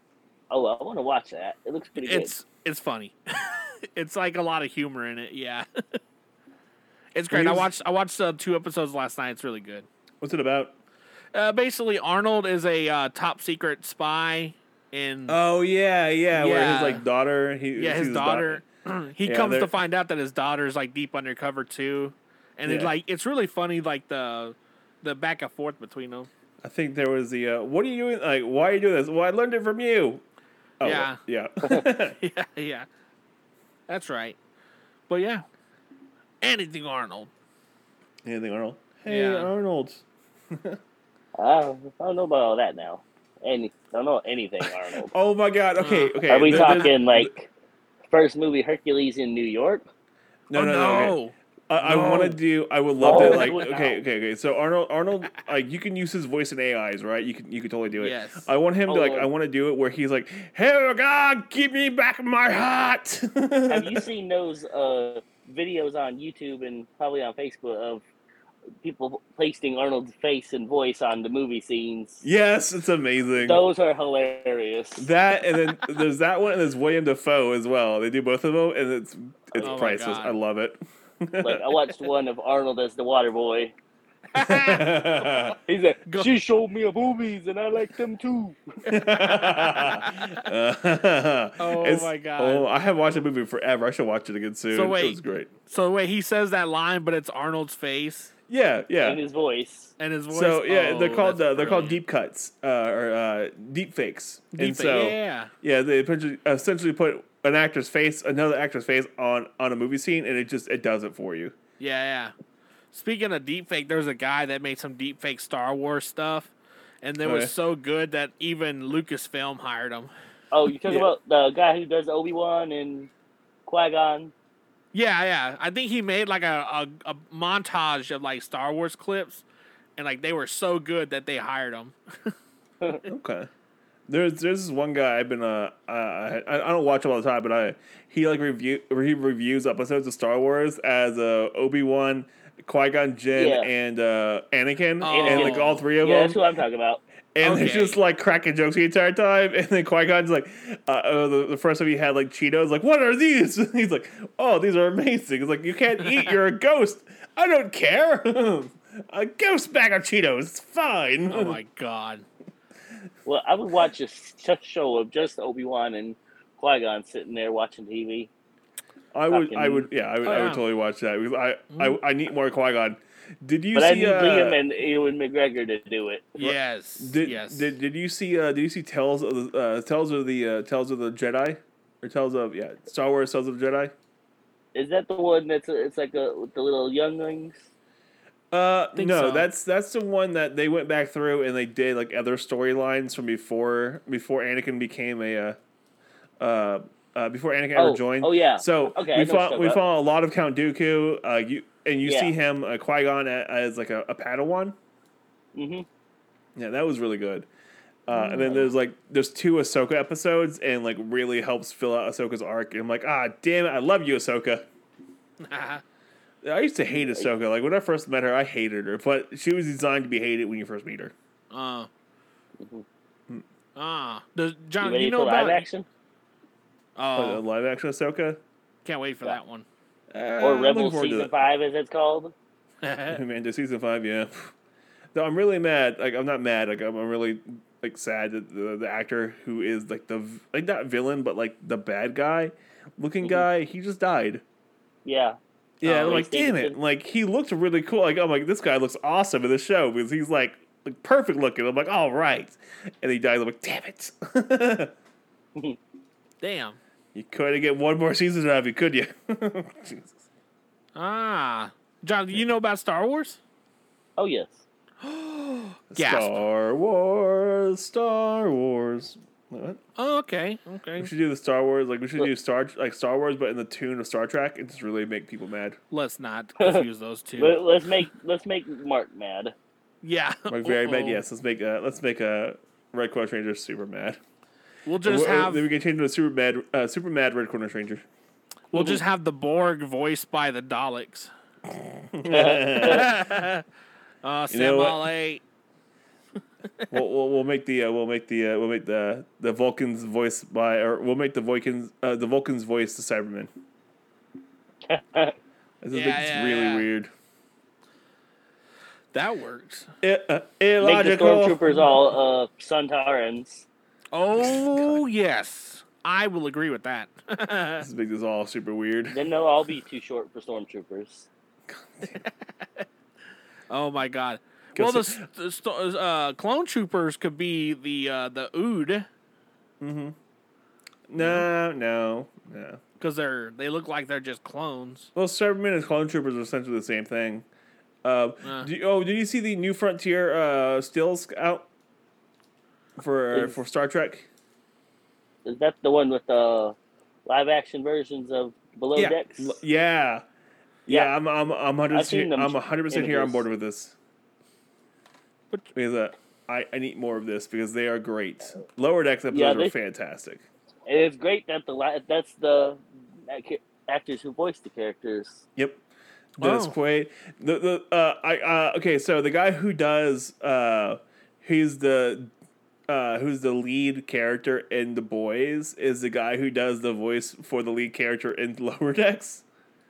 Speaker 3: oh, I want to watch that. It looks pretty good.
Speaker 1: It's it's funny. [LAUGHS] it's like a lot of humor in it. Yeah. [LAUGHS] it's great.
Speaker 2: He
Speaker 1: I
Speaker 2: was-
Speaker 1: watched I watched uh, two episodes last night. It's really good.
Speaker 2: What's it about?
Speaker 1: Uh, basically, Arnold is a uh, top secret spy in
Speaker 2: Oh yeah, yeah. Where his
Speaker 1: Yeah.
Speaker 2: like daughter, he
Speaker 1: yeah
Speaker 2: he's
Speaker 1: his daughter. [CLEARS THROAT] he
Speaker 2: Yeah,
Speaker 1: comes
Speaker 2: they're-
Speaker 1: to find out that his daughter's like deep undercover too, and it
Speaker 2: Yeah.
Speaker 1: like it's really funny like the the back and forth between them.
Speaker 2: I think there was the uh, what are you doing? Like why are you doing this? Well, I learned it from you. Oh,
Speaker 1: Yeah.
Speaker 2: [LAUGHS] yeah.
Speaker 1: [LAUGHS] yeah, yeah, that's right. But yeah, anything Arnold.
Speaker 2: Anything Arnold? Hey
Speaker 1: Yeah.
Speaker 2: Arnold.
Speaker 3: I, don't, I don't know about all that now. Any, I don't know anything Arnold.
Speaker 2: Oh my God. Okay, [LAUGHS] okay.
Speaker 3: Uh, Are we
Speaker 2: there- there's-
Speaker 3: talking like first movie Hercules in New York?
Speaker 2: No,
Speaker 1: Oh,
Speaker 2: no, no. okay. I, I
Speaker 1: No.
Speaker 2: want to do. I would love
Speaker 1: [LAUGHS]
Speaker 3: Oh,
Speaker 2: to like.
Speaker 3: no.
Speaker 2: Okay, okay, okay. So Arnold, Arnold, like you can use his voice in AIs, right? You can, you can totally do it.
Speaker 1: Yes.
Speaker 2: I want him to like.
Speaker 3: Oh.
Speaker 2: I want to do it where he's like, "Hey oh God, give me back my heart."
Speaker 3: Have
Speaker 2: [LAUGHS]
Speaker 3: you seen those uh, videos on YouTube and probably on Facebook of people placing Arnold's face and voice on the movie scenes?
Speaker 2: yes, it's amazing.
Speaker 3: Those are hilarious.
Speaker 2: that and then there's that one and there's William Defoe as well. They do both of them and it's it's
Speaker 1: Oh my
Speaker 2: priceless.
Speaker 1: God.
Speaker 2: I love it. [LAUGHS]
Speaker 3: like
Speaker 1: [LAUGHS]
Speaker 3: I watched one of Arnold as the water boy. He's like,
Speaker 1: Go-
Speaker 3: she showed me her boobies and I like them too.
Speaker 1: Oh
Speaker 2: It's-
Speaker 1: my God.
Speaker 2: Oh, I haven't watched the movie forever. I should watch it again soon.
Speaker 1: wait.
Speaker 2: it was great.
Speaker 1: [LAUGHS] So wait, he says that line, but it's Arnold's face
Speaker 2: Yeah, yeah.
Speaker 3: In his voice.
Speaker 1: and his voice.
Speaker 2: So yeah,
Speaker 1: Oh,
Speaker 2: they're called
Speaker 1: that's
Speaker 2: uh, they're called
Speaker 1: brilliant.
Speaker 2: deep cuts uh, or uh, deep fakes.
Speaker 1: Deep
Speaker 2: and
Speaker 1: fake,
Speaker 2: so
Speaker 1: yeah.
Speaker 2: yeah, they essentially- essentially put an actor's face, another actor's face on on a movie scene, and it just it does it
Speaker 1: [LAUGHS]
Speaker 2: for you.
Speaker 1: Yeah, yeah. Speaking of deepfake, there's a guy that made some deepfake Star Wars stuff, and they were
Speaker 2: Okay.
Speaker 1: so good that even Lucasfilm hired them.
Speaker 3: Oh, you talking
Speaker 2: Yeah.
Speaker 3: about the guy who does Obi Wan and Qui Gon?
Speaker 1: Yeah, yeah. I think he made like a, a, a montage of like Star Wars clips, and like they were so good that they hired
Speaker 2: [LAUGHS]
Speaker 1: them.
Speaker 2: Okay. There's there's this one guy I've been uh I I, I don't watch him all the time, but I he like review he reviews episodes of Star Wars as uh Obi Wan, Qui Gon Jinn,
Speaker 3: Yeah.
Speaker 2: and uh Anakin, and
Speaker 1: Anakin.
Speaker 2: like all three
Speaker 3: Yeah,
Speaker 2: of
Speaker 3: that's
Speaker 2: them,
Speaker 3: who I'm talking about.
Speaker 2: and
Speaker 1: Okay.
Speaker 2: they're just like cracking jokes the entire time, and then Qui Gon's like, uh, uh the, the first time he had like Cheetos, like what are these? [LAUGHS] He's like, oh these are amazing. It's like you can't eat, you're a ghost. I don't care. [LAUGHS] a ghost bag of Cheetos, it's fine.
Speaker 1: Oh my god.
Speaker 3: Well, I would watch a s- sh- show of just Obi Wan and Qui Gon sitting there watching TV.
Speaker 2: [LAUGHS] I would, I
Speaker 3: fucking-
Speaker 2: would, yeah, I would,
Speaker 1: Oh, yeah.
Speaker 2: I would
Speaker 1: Mm-hmm.
Speaker 2: totally watch that because I, I, I need more Qui Gon. Did you
Speaker 3: But
Speaker 2: see?
Speaker 3: I need
Speaker 2: uh,
Speaker 3: Liam and Ewan McGregor to do it.
Speaker 1: Yes.
Speaker 2: did,
Speaker 1: yes. [LAUGHS]
Speaker 2: did did you see? Uh, did you see Tales of the uh, Tales of the uh, Tales of the Jedi or Tales of yeah Star Wars Tales of the Jedi?
Speaker 3: Is that the one that's a, it's like a with the little younglings?
Speaker 2: Uh,
Speaker 1: Think
Speaker 2: no,
Speaker 1: so.
Speaker 2: that's that's the one that they went back through and they did like other storylines from before before Anakin became a, uh, uh, uh before Anakin
Speaker 3: Oh,
Speaker 2: ever joined.
Speaker 3: oh yeah.
Speaker 2: So
Speaker 3: Okay, I
Speaker 2: we
Speaker 3: know
Speaker 2: follow
Speaker 3: stuff
Speaker 2: we
Speaker 3: up.
Speaker 2: follow a lot of Count Dooku. Uh, you and you see
Speaker 3: Yeah.
Speaker 2: him uh, Qui Gon as like a, a Padawan.
Speaker 3: hmm
Speaker 2: Yeah, that was really good. Uh, and
Speaker 3: Mm.
Speaker 2: then there's like there's two Ahsoka episodes, and like really helps fill out Ahsoka's arc. And I'm like, ah, damn it, I love you, Ahsoka.
Speaker 1: Uh-huh.
Speaker 2: I used to hate Ahsoka. Like when I first met her, I hated her, but she was designed to be hated when you first meet her.
Speaker 1: uh.
Speaker 2: Mm-hmm.
Speaker 1: Ah, does
Speaker 3: You
Speaker 2: Uh,
Speaker 1: John? You,
Speaker 3: ready
Speaker 1: know
Speaker 3: for live
Speaker 1: about?
Speaker 3: action
Speaker 2: Oh. [LAUGHS]
Speaker 1: Oh,
Speaker 2: live action Ahsoka
Speaker 1: can't wait for that one. [LAUGHS]
Speaker 2: Uh,
Speaker 3: or
Speaker 2: I'm
Speaker 3: Rebel
Speaker 2: looking forward to
Speaker 3: season
Speaker 2: that.
Speaker 3: five, as it's called?
Speaker 2: [LAUGHS] Mando season five, yeah. Though I'm really mad. Like I'm not mad. Like I'm, I'm really like sad that the, the actor who is like the v- like not villain, but like the bad guy looking
Speaker 3: Mhm.
Speaker 2: guy, he just died.
Speaker 3: Yeah.
Speaker 2: Yeah,
Speaker 1: Oh,
Speaker 2: I'm like,
Speaker 3: Reese
Speaker 2: damn it!
Speaker 3: Davidson.
Speaker 2: Like he looked really cool. Like I'm like, this guy looks awesome in the show because he's like, like perfect looking. I'm like, all right, and he dies. I'm like, damn it! [LAUGHS]
Speaker 1: Damn.
Speaker 2: you couldn't get one more season out of it, could you? [LAUGHS] Jesus.
Speaker 1: Ah, John, do you know about Star Wars?
Speaker 3: Oh yes.
Speaker 1: [GASPS] Gasp.
Speaker 2: Star Wars, Star Wars. What?
Speaker 1: Oh, okay. Okay.
Speaker 2: We should do the Star Wars. Like we should do Star like Star Wars, but in the tune of Star Trek, and just really make people mad.
Speaker 1: Let's
Speaker 2: [LAUGHS]
Speaker 1: not confuse those two.
Speaker 3: Let, let's make let's make Mark mad.
Speaker 1: Yeah.
Speaker 2: [LAUGHS] Like very mad.
Speaker 1: Uh-oh.
Speaker 2: Yes, let's make uh, let's make a Red Corner Ranger super mad.
Speaker 1: We'll just
Speaker 2: Or- or
Speaker 1: have
Speaker 2: then we can change it to super mad uh, super mad Red Corner Ranger.
Speaker 1: we'll just have the Borg voiced by the
Speaker 2: [LAUGHS]
Speaker 1: Daleks. [LAUGHS] Uh,
Speaker 2: You know
Speaker 1: Sam
Speaker 2: what?
Speaker 1: Ale.
Speaker 2: we'll, we'll we'll make the uh, we'll make the uh, we'll make the the Vulcans voice by or we'll make the Vulcans uh, the Vulcans voice the
Speaker 1: [LAUGHS]
Speaker 2: Cybermen. This is
Speaker 1: Yeah,
Speaker 2: makes
Speaker 1: yeah,
Speaker 2: really
Speaker 1: yeah.
Speaker 2: weird.
Speaker 1: That
Speaker 2: [LAUGHS]
Speaker 1: works.
Speaker 2: I- uh,
Speaker 3: Make the
Speaker 2: illogical.
Speaker 3: stormtroopers all uh, Suntarans.
Speaker 1: Oh yes, I will agree with that. [LAUGHS]
Speaker 2: This makes this all super weird.
Speaker 3: Then they'll all be too short for stormtroopers.
Speaker 1: oh my god.
Speaker 2: Go
Speaker 1: Well, the,
Speaker 2: see-
Speaker 1: the sto- uh, clone troopers could be the uh, the Ood
Speaker 2: No, no, no.
Speaker 1: because they're they look like they're just
Speaker 2: [LAUGHS]
Speaker 1: clones.
Speaker 2: Well, Cybermen and Clone Troopers are essentially the same thing. Uh,
Speaker 1: Uh.
Speaker 2: do you- oh, did you see the New Frontier uh, stills out for
Speaker 3: Is-
Speaker 2: for Star Trek?
Speaker 3: Is that the one with the live action versions of Below
Speaker 2: yeah.
Speaker 3: Decks?
Speaker 2: L- yeah, yeah,
Speaker 3: Yeah.
Speaker 2: I'm I'm I'm
Speaker 3: I've
Speaker 2: hundred
Speaker 3: seen them
Speaker 2: I'm hundred percent here on
Speaker 3: images.
Speaker 2: board with this.
Speaker 1: Which-
Speaker 2: Because uh, I I need more of this because they are great. Lower decks episodes
Speaker 3: Yeah,
Speaker 2: are
Speaker 3: they-
Speaker 2: fantastic.
Speaker 3: And it's great that the li- that's the ac- actors who voice the characters.
Speaker 2: Yep. Dennis
Speaker 1: Oh.
Speaker 2: Quaid. The the uh, I uh, okay, so the guy who does uh he's the uh who's the lead character in The Boys is the guy who does the voice for the lead character in [LAUGHS] Lower Decks.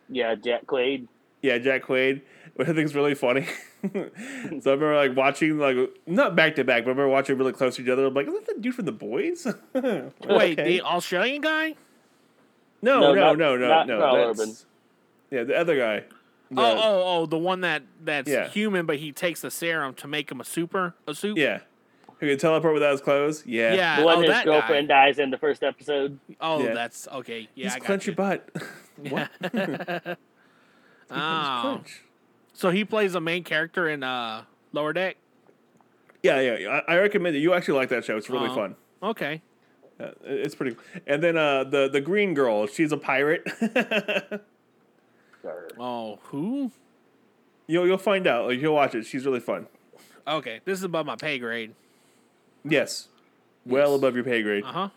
Speaker 3: Yeah, Jack Quaid.
Speaker 2: Yeah, Jack Quaid. What I think is really funny. [LAUGHS] so I remember like watching like not back to back, but I remember watching really close to each other. I'm like, is that the dude from The Boys? [LAUGHS]
Speaker 1: Wait,
Speaker 2: Okay.
Speaker 1: the Australian guy?
Speaker 2: no, no,
Speaker 3: No,
Speaker 2: no,
Speaker 3: not-
Speaker 2: no, no,
Speaker 3: not Carl
Speaker 2: that's-
Speaker 3: Urban.
Speaker 2: Yeah, the other guy. The-
Speaker 1: Oh, oh, oh, the one that that's
Speaker 2: Yeah.
Speaker 1: human, but he takes the serum to make him a super a soup.
Speaker 2: Yeah. Who can teleport without his clothes? Yeah.
Speaker 1: yeah.
Speaker 3: The one
Speaker 1: oh,
Speaker 3: his
Speaker 1: that
Speaker 3: girlfriend
Speaker 1: Guy.
Speaker 3: dies in the first episode.
Speaker 1: Oh,
Speaker 2: Yeah.
Speaker 1: that's okay. Yeah,
Speaker 2: He's
Speaker 1: I got
Speaker 2: clench
Speaker 1: you.
Speaker 2: your butt. [LAUGHS]
Speaker 1: [LAUGHS]
Speaker 2: what?
Speaker 1: Oh,
Speaker 2: Clench.
Speaker 1: so he plays the main character in uh, Lower Deck.
Speaker 2: Yeah, yeah. yeah. I, I recommend it. You actually like that show. It's really
Speaker 1: Oh.
Speaker 2: fun.
Speaker 1: Okay.
Speaker 2: Yeah, it- it's pretty. And then uh, the the green girl, she's a pirate. [LAUGHS]
Speaker 3: Grr.
Speaker 1: Oh, who?
Speaker 2: you'll you'll find out. Like you'll watch it. She's really fun.
Speaker 1: Okay, this is above my pay grade.
Speaker 2: Yes, well
Speaker 1: Yes.
Speaker 2: above your pay grade.
Speaker 1: Uh huh.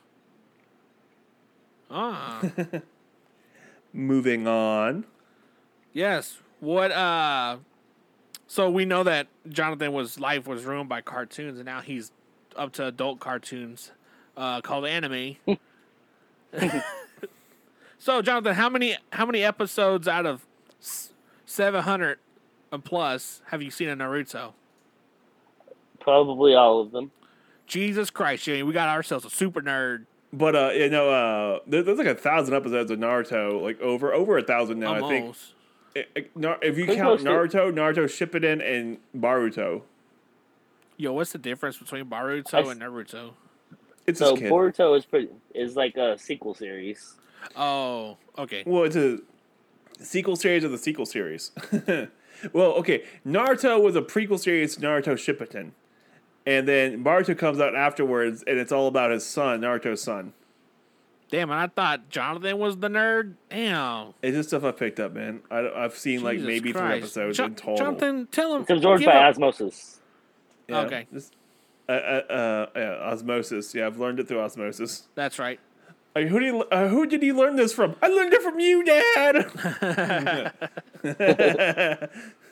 Speaker 1: Ah.
Speaker 2: Moving on.
Speaker 1: yes. What? Uh. So we know that Jonathan was life was ruined by cartoons, and now he's up to adult cartoons, uh, called anime. [LAUGHS] so Jonathan, how many how many episodes out of seven hundred and plus have you seen in Naruto?
Speaker 3: Probably all of them.
Speaker 1: Jesus Christ, Jimmy, we got ourselves a super nerd.
Speaker 2: But uh, you know, uh, there, there's like a thousand episodes of Naruto, like over over a thousand now. I think
Speaker 1: Almost.
Speaker 2: I- I- Nar- if you
Speaker 3: Pretty
Speaker 2: count
Speaker 3: close
Speaker 2: Naruto, Naruto Shippuden, and Baruto,
Speaker 1: Yo, what's the difference between Baruto
Speaker 3: I s-
Speaker 1: and Naruto?
Speaker 2: it's
Speaker 3: So
Speaker 2: his kid.
Speaker 3: Boruto is pretty is like a sequel series.
Speaker 1: Oh, okay.
Speaker 2: well, it's a sequel series of the sequel series. [LAUGHS] well, okay, Naruto was a prequel series to Naruto Shippuden, and then Baruto comes out afterwards, and it's all about his son, Naruto's son.
Speaker 1: Damn, and I thought Jonathan was the nerd. Damn.
Speaker 2: It's just stuff I picked up, man. I, I've seen like
Speaker 1: Jesus
Speaker 2: maybe
Speaker 1: Christ.
Speaker 2: three episodes
Speaker 1: Jo-
Speaker 2: in total.
Speaker 1: Jonathan, tell him.
Speaker 3: It's absorbed
Speaker 1: give
Speaker 3: by
Speaker 1: him-
Speaker 3: osmosis.
Speaker 2: Yeah,
Speaker 1: Okay.
Speaker 2: just- uh, uh, uh, yeah, osmosis. Yeah, I've learned it through osmosis.
Speaker 1: That's right.
Speaker 2: Like, who did you, uh, who did you learn this from? I learned it from you,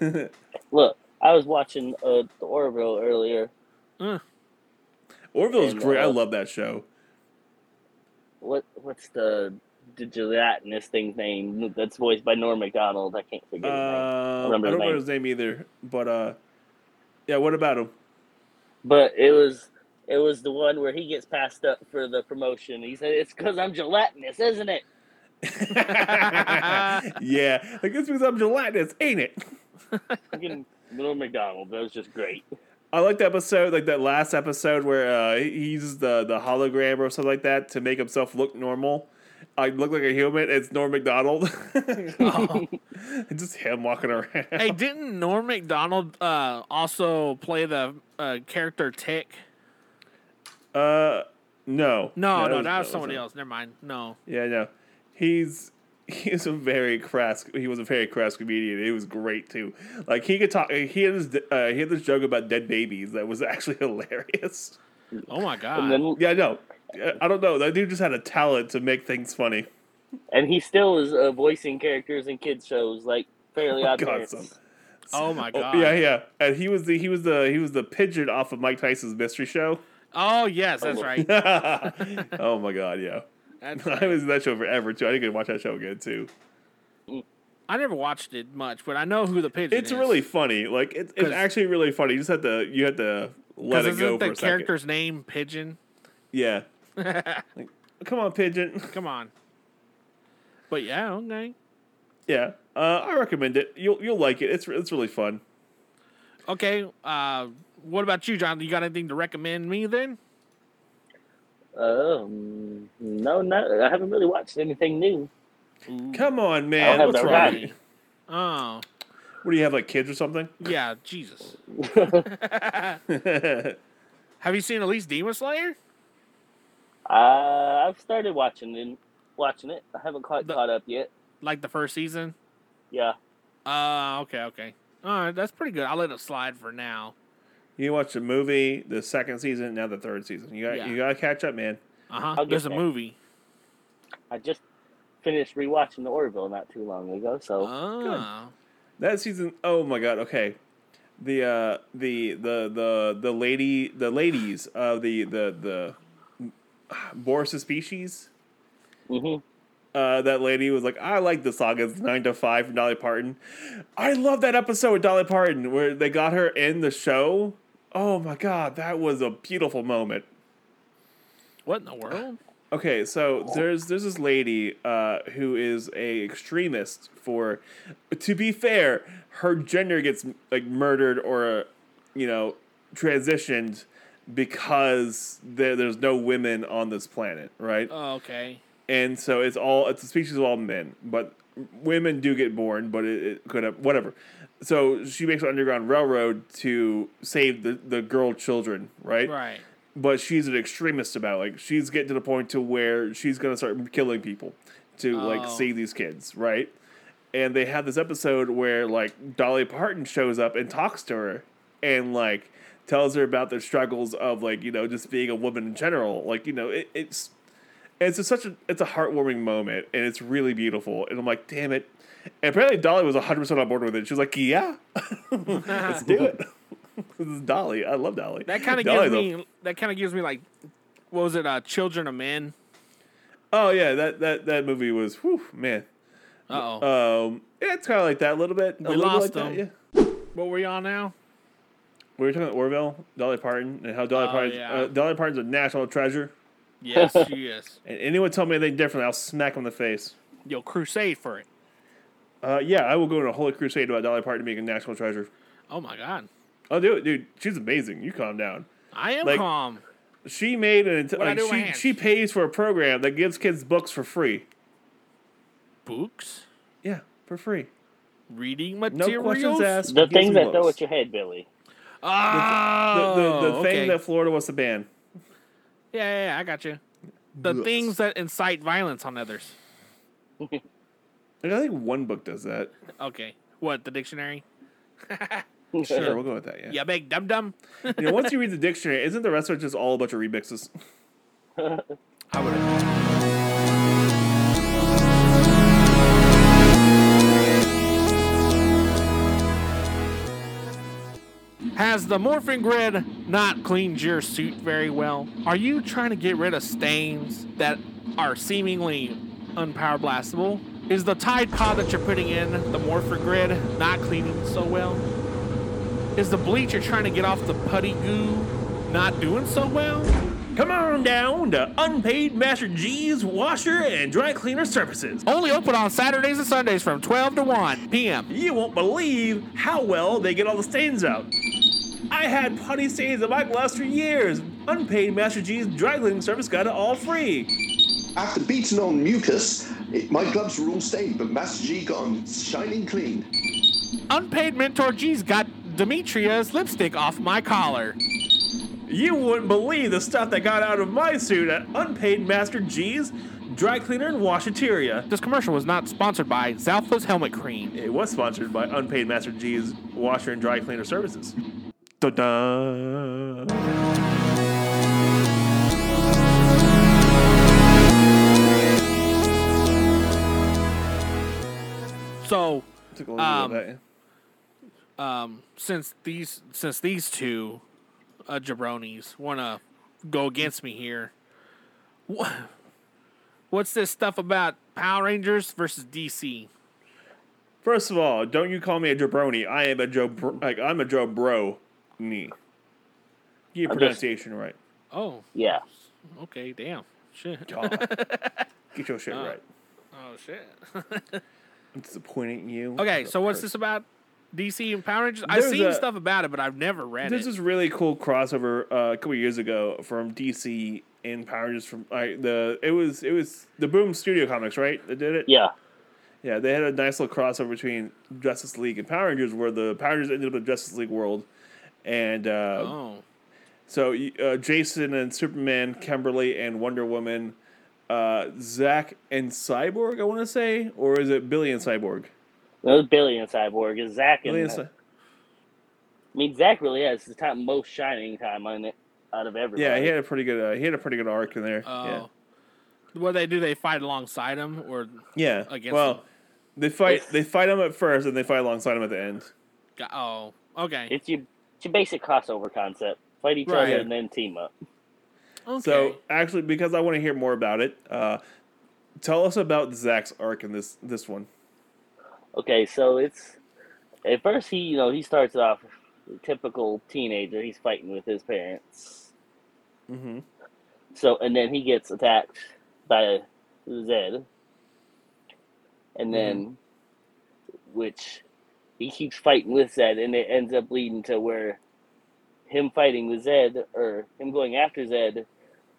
Speaker 1: [LAUGHS]
Speaker 2: Dad. [LAUGHS]
Speaker 3: Look, I was watching uh, the Orville earlier.
Speaker 1: Uh,
Speaker 2: Orville's
Speaker 3: And,
Speaker 2: great. I
Speaker 3: uh,
Speaker 2: love that show.
Speaker 3: What what's the the gelatinous thing's name that's voiced by Norm Macdonald? I can't
Speaker 2: Uh,
Speaker 3: forget his
Speaker 2: I
Speaker 3: name.
Speaker 2: don't
Speaker 3: remember his
Speaker 2: remember
Speaker 3: name.
Speaker 2: his name either. But uh, yeah, what about
Speaker 3: [LAUGHS]
Speaker 2: him?
Speaker 3: But it was it was the one where he gets passed up for the promotion. He said, "It's because I'm gelatinous, isn't it?"
Speaker 2: yeah, like this because I'm gelatinous, ain't it?
Speaker 3: Fucking Norm Macdonald. That was just great.
Speaker 2: I like the episode, like that last episode where uh, he uses the the hologram or something like that to make himself look normal. I look like a human. It's
Speaker 1: [LAUGHS]
Speaker 2: Norm Macdonald. [LAUGHS]
Speaker 1: oh.
Speaker 2: It's just him walking around.
Speaker 1: hey, didn't Norm McDonald uh, also play the uh, character Tick?
Speaker 2: Uh, no.
Speaker 1: No, no, that was,
Speaker 2: him.
Speaker 1: somebody else. Never mind. No.
Speaker 2: Yeah, no. He's he's a very crass. He was a very crass comedian. It was great too. Like he could talk. He had this. Uh, he had this joke about dead babies that was [LAUGHS] actually hilarious.
Speaker 1: Oh my
Speaker 3: And
Speaker 1: god.
Speaker 3: then
Speaker 2: Yeah, no. I don't know. That dude just had a talent to make things funny.
Speaker 3: and he still is uh, voicing characters in kids shows like Fairly Odd
Speaker 2: God,
Speaker 3: Parents.
Speaker 2: son.
Speaker 1: Oh my
Speaker 2: Oh,
Speaker 1: god. Oh,
Speaker 2: yeah, yeah. And he was the he was the he was the pigeon off of Mike Tyson's mystery show.
Speaker 1: yes, that's
Speaker 3: Oh.
Speaker 1: right.
Speaker 2: [LAUGHS] oh my god, yeah. [LAUGHS]
Speaker 1: That's
Speaker 2: I
Speaker 1: right.
Speaker 2: was in that show forever too. I need to watch that show again too.
Speaker 1: I never watched it much, but I know who the pigeon
Speaker 2: It's
Speaker 1: is.
Speaker 2: really funny. Like it's it's
Speaker 1: 'Cause-
Speaker 2: actually really funny. You just have to you have to let
Speaker 1: because
Speaker 2: it
Speaker 1: isn't
Speaker 2: go for
Speaker 1: the
Speaker 2: a second.
Speaker 1: character's name Pigeon?
Speaker 2: Yeah. Like, come on, pigeon. [LAUGHS]
Speaker 1: Come on. But yeah, okay.
Speaker 2: yeah, uh, I recommend it. You'll you'll like it. It's it's really fun.
Speaker 1: Okay. Uh, what about you, John? You got anything to recommend me then?
Speaker 3: Um, no, no, I haven't really watched anything new.
Speaker 2: Come on,
Speaker 3: I
Speaker 2: man.
Speaker 3: don't
Speaker 2: What's
Speaker 3: have
Speaker 2: wrong?
Speaker 3: that
Speaker 2: with you?
Speaker 1: Oh,
Speaker 2: What do you have like kids or something? [LAUGHS]
Speaker 1: yeah, Jesus. [LAUGHS]
Speaker 2: yeah,
Speaker 1: Have you seen at least Demon Slayer?
Speaker 3: Uh, I've started watching and watching it. I haven't quite
Speaker 1: The-
Speaker 3: caught up yet.
Speaker 1: Like the first season?
Speaker 3: Yeah,
Speaker 1: Uh, okay, okay. All right, that's pretty good. I'll let it slide for now.
Speaker 2: you watch the movie, the second season, now the third season. You got
Speaker 1: Yeah.
Speaker 2: you got to catch up, man.
Speaker 1: Uh huh.
Speaker 3: I'll get
Speaker 1: There's a
Speaker 3: there.
Speaker 1: movie.
Speaker 3: I just finished rewatching the Orville not too long ago, so
Speaker 1: Oh,
Speaker 2: That season. Oh my god. Okay. The uh the the the the lady the ladies uh the the the Boris species.
Speaker 3: mhm.
Speaker 2: Uh, that lady was like, I like the sagas nine to five from Dolly Parton. I love that episode with Dolly Parton where they got her in the show. Oh my god, that was a beautiful moment.
Speaker 1: what in the world?
Speaker 2: Okay, so there's there's this lady uh, who is a extremist for. To be fair, her gender gets like murdered or, you know, transitioned because there, there's no women on this planet, right?
Speaker 1: Oh, okay.
Speaker 2: and so it's all it's a species of all men, but women do get born, but it, it could have whatever. So she makes an underground railroad to save the, the girl children, right?
Speaker 1: Right.
Speaker 2: But she's an extremist about it. like she's getting to the point to where she's gonna start killing people to like
Speaker 1: Oh.
Speaker 2: save these kids, right? And they have this episode where like Dolly Parton shows up and talks to her and like tells her about the struggles of like you know just being a woman in general. Like you know it, it's it's just such a it's a heartwarming moment and it's really beautiful. And I'm like, damn it. And apparently Dolly was 100 percent on board with it. She was like, yeah, [LAUGHS] let's do it. [LAUGHS] this is Dolly. I love Dolly. [LAUGHS]
Speaker 1: That kind of
Speaker 2: Dolly's
Speaker 1: gives
Speaker 2: a
Speaker 1: me. That kind of gives me like, what was it? Uh, Children of Men.
Speaker 2: Oh yeah, that that that movie was whew, man.
Speaker 1: Uh oh.
Speaker 2: Um, yeah, it's kind of like that a little bit. a
Speaker 1: We
Speaker 2: little bit
Speaker 1: lost
Speaker 2: like that,
Speaker 1: them.
Speaker 2: yeah.
Speaker 1: what were you on now?
Speaker 2: [LAUGHS] We were talking about Orville, Dolly Parton, and how Dolly
Speaker 1: Oh,
Speaker 2: Parton,
Speaker 1: yeah.
Speaker 2: uh, Dolly Parton's a national treasure.
Speaker 1: Yes, she is.
Speaker 2: And anyone tell me anything different, I'll smack 'em in the face.
Speaker 1: You'll crusade for it.
Speaker 2: Uh, yeah, I will go on a whole crusade about Dolly Parton being a national treasure.
Speaker 1: Oh my god.
Speaker 2: I'll do it, dude. She's amazing. You calm down.
Speaker 1: I am
Speaker 2: Like-
Speaker 1: calm.
Speaker 2: She made an
Speaker 1: I
Speaker 2: like
Speaker 1: do with my
Speaker 2: she
Speaker 1: hands?
Speaker 2: she pays for a program that gives kids books for free.
Speaker 1: Books,
Speaker 2: Yeah, for free.
Speaker 1: reading
Speaker 2: No
Speaker 1: materials.
Speaker 2: questions asked.
Speaker 3: The
Speaker 2: gives
Speaker 3: things
Speaker 2: me
Speaker 3: that throw
Speaker 2: books.
Speaker 3: at your head, Billy.
Speaker 1: Oh,
Speaker 2: the, the, the
Speaker 1: okay.
Speaker 2: thing that Florida wants to ban.
Speaker 1: Yeah, yeah, yeah, I got you. The
Speaker 2: Books.
Speaker 1: things that incite violence on others.
Speaker 2: Like, I think one book does that.
Speaker 1: Okay. What the dictionary?
Speaker 2: Sure, we'll go with that. Yeah.
Speaker 1: Yeah, big dum dum.
Speaker 2: You know, once you read the dictionary, isn't the rest of it just all a bunch of remixes?
Speaker 1: I would. Has the morphing grid not cleaned your suit very well? Are you trying to get rid of stains that are seemingly unpower blastable? Is the Tide Pod that you're putting in the morphing grid not cleaning so well? Is the bleach you're trying to get off the putty goo not doing so well?
Speaker 2: Come on down to Unpaid Master G's Washer and Dry Cleaner Services.
Speaker 1: Only open on Saturdays and Sundays from 12 to 1 p.m.
Speaker 2: You won't believe how well they get all the stains out. I had putty stains on my gloves for years. Unpaid Master G's Dry Cleaning Service got it all free.
Speaker 4: After beating on mucus, it, my gloves were all stained, but Master G got them shining clean.
Speaker 1: Unpaid Mentor G's got Demetria's lipstick off my collar.
Speaker 2: You wouldn't believe the stuff that got out of my suit at Unpaid Master G's Dry Cleaner and Washateria.
Speaker 1: This commercial was not sponsored by Zalfa's Helmet Cream.
Speaker 2: It was sponsored by Unpaid Master G's Washer and Dry Cleaner Services. Dun-dun.
Speaker 1: So,
Speaker 2: Took a little
Speaker 1: Um,
Speaker 2: bit of
Speaker 1: um, since these since these two uh, jabronis want to go against me here, wha- what's this stuff about Power Rangers versus DC?
Speaker 2: that. First of all, don't you call me a jabroni. I am a Joe. Like I'm a Joe Bro. Knee. Get your
Speaker 3: I'm just-
Speaker 2: pronunciation right.
Speaker 1: Oh,
Speaker 3: Yeah.
Speaker 1: okay, damn, shit.
Speaker 2: [LAUGHS] God. Get your shit right.
Speaker 1: Oh shit.
Speaker 2: I'm disappointed in you.
Speaker 1: Okay,
Speaker 2: As a
Speaker 1: so
Speaker 2: [LAUGHS]
Speaker 1: what's
Speaker 2: person.
Speaker 1: this about DC and Power Rangers? I've
Speaker 2: There's
Speaker 1: seen
Speaker 2: a-
Speaker 1: stuff about it, but I've never read
Speaker 2: There's
Speaker 1: it.
Speaker 2: this really cool crossover uh, a couple years ago from DC and Power Rangers from like the it was it was the Boom Studio Comics right that did it
Speaker 3: Yeah.
Speaker 2: yeah they had a nice little crossover between Justice League and Power Rangers where the Power Rangers ended up in Justice League world and uh,
Speaker 1: oh,
Speaker 2: So you- uh, Jason and Superman, Kimberly and Wonder Woman, uh, Zach and Cyborg. I want to say, or is it Billy and Cyborg?
Speaker 3: That was Billy and Cyborg. Is Zach and
Speaker 2: Billy and Cy-
Speaker 3: I mean Zach really has the time most shining time on it out of everybody.
Speaker 2: yeah, he had a pretty good. Uh, he had a pretty good arc in there.
Speaker 1: oh.
Speaker 2: Yeah.
Speaker 1: What they do? They fight alongside him, or
Speaker 2: Yeah.
Speaker 1: Against
Speaker 2: well,
Speaker 1: him.
Speaker 2: they fight.
Speaker 3: It's-
Speaker 2: They fight him at first, and they fight alongside him at the end.
Speaker 1: go- oh, okay,
Speaker 3: It's your it's your basic crossover concept. Fight each
Speaker 1: Right.
Speaker 3: other and then team up.
Speaker 1: okay.
Speaker 2: So actually, because I want to hear more about it, uh, tell us about Zach's arc in this this one.
Speaker 3: Okay, so it's at first he you know he starts off typical teenager. He's fighting with his parents.
Speaker 2: Mm-hmm.
Speaker 3: So and then he gets attacked by Zed, and then which he keeps fighting with Zed, and it ends up leading to where him fighting with Zed or him going after Zed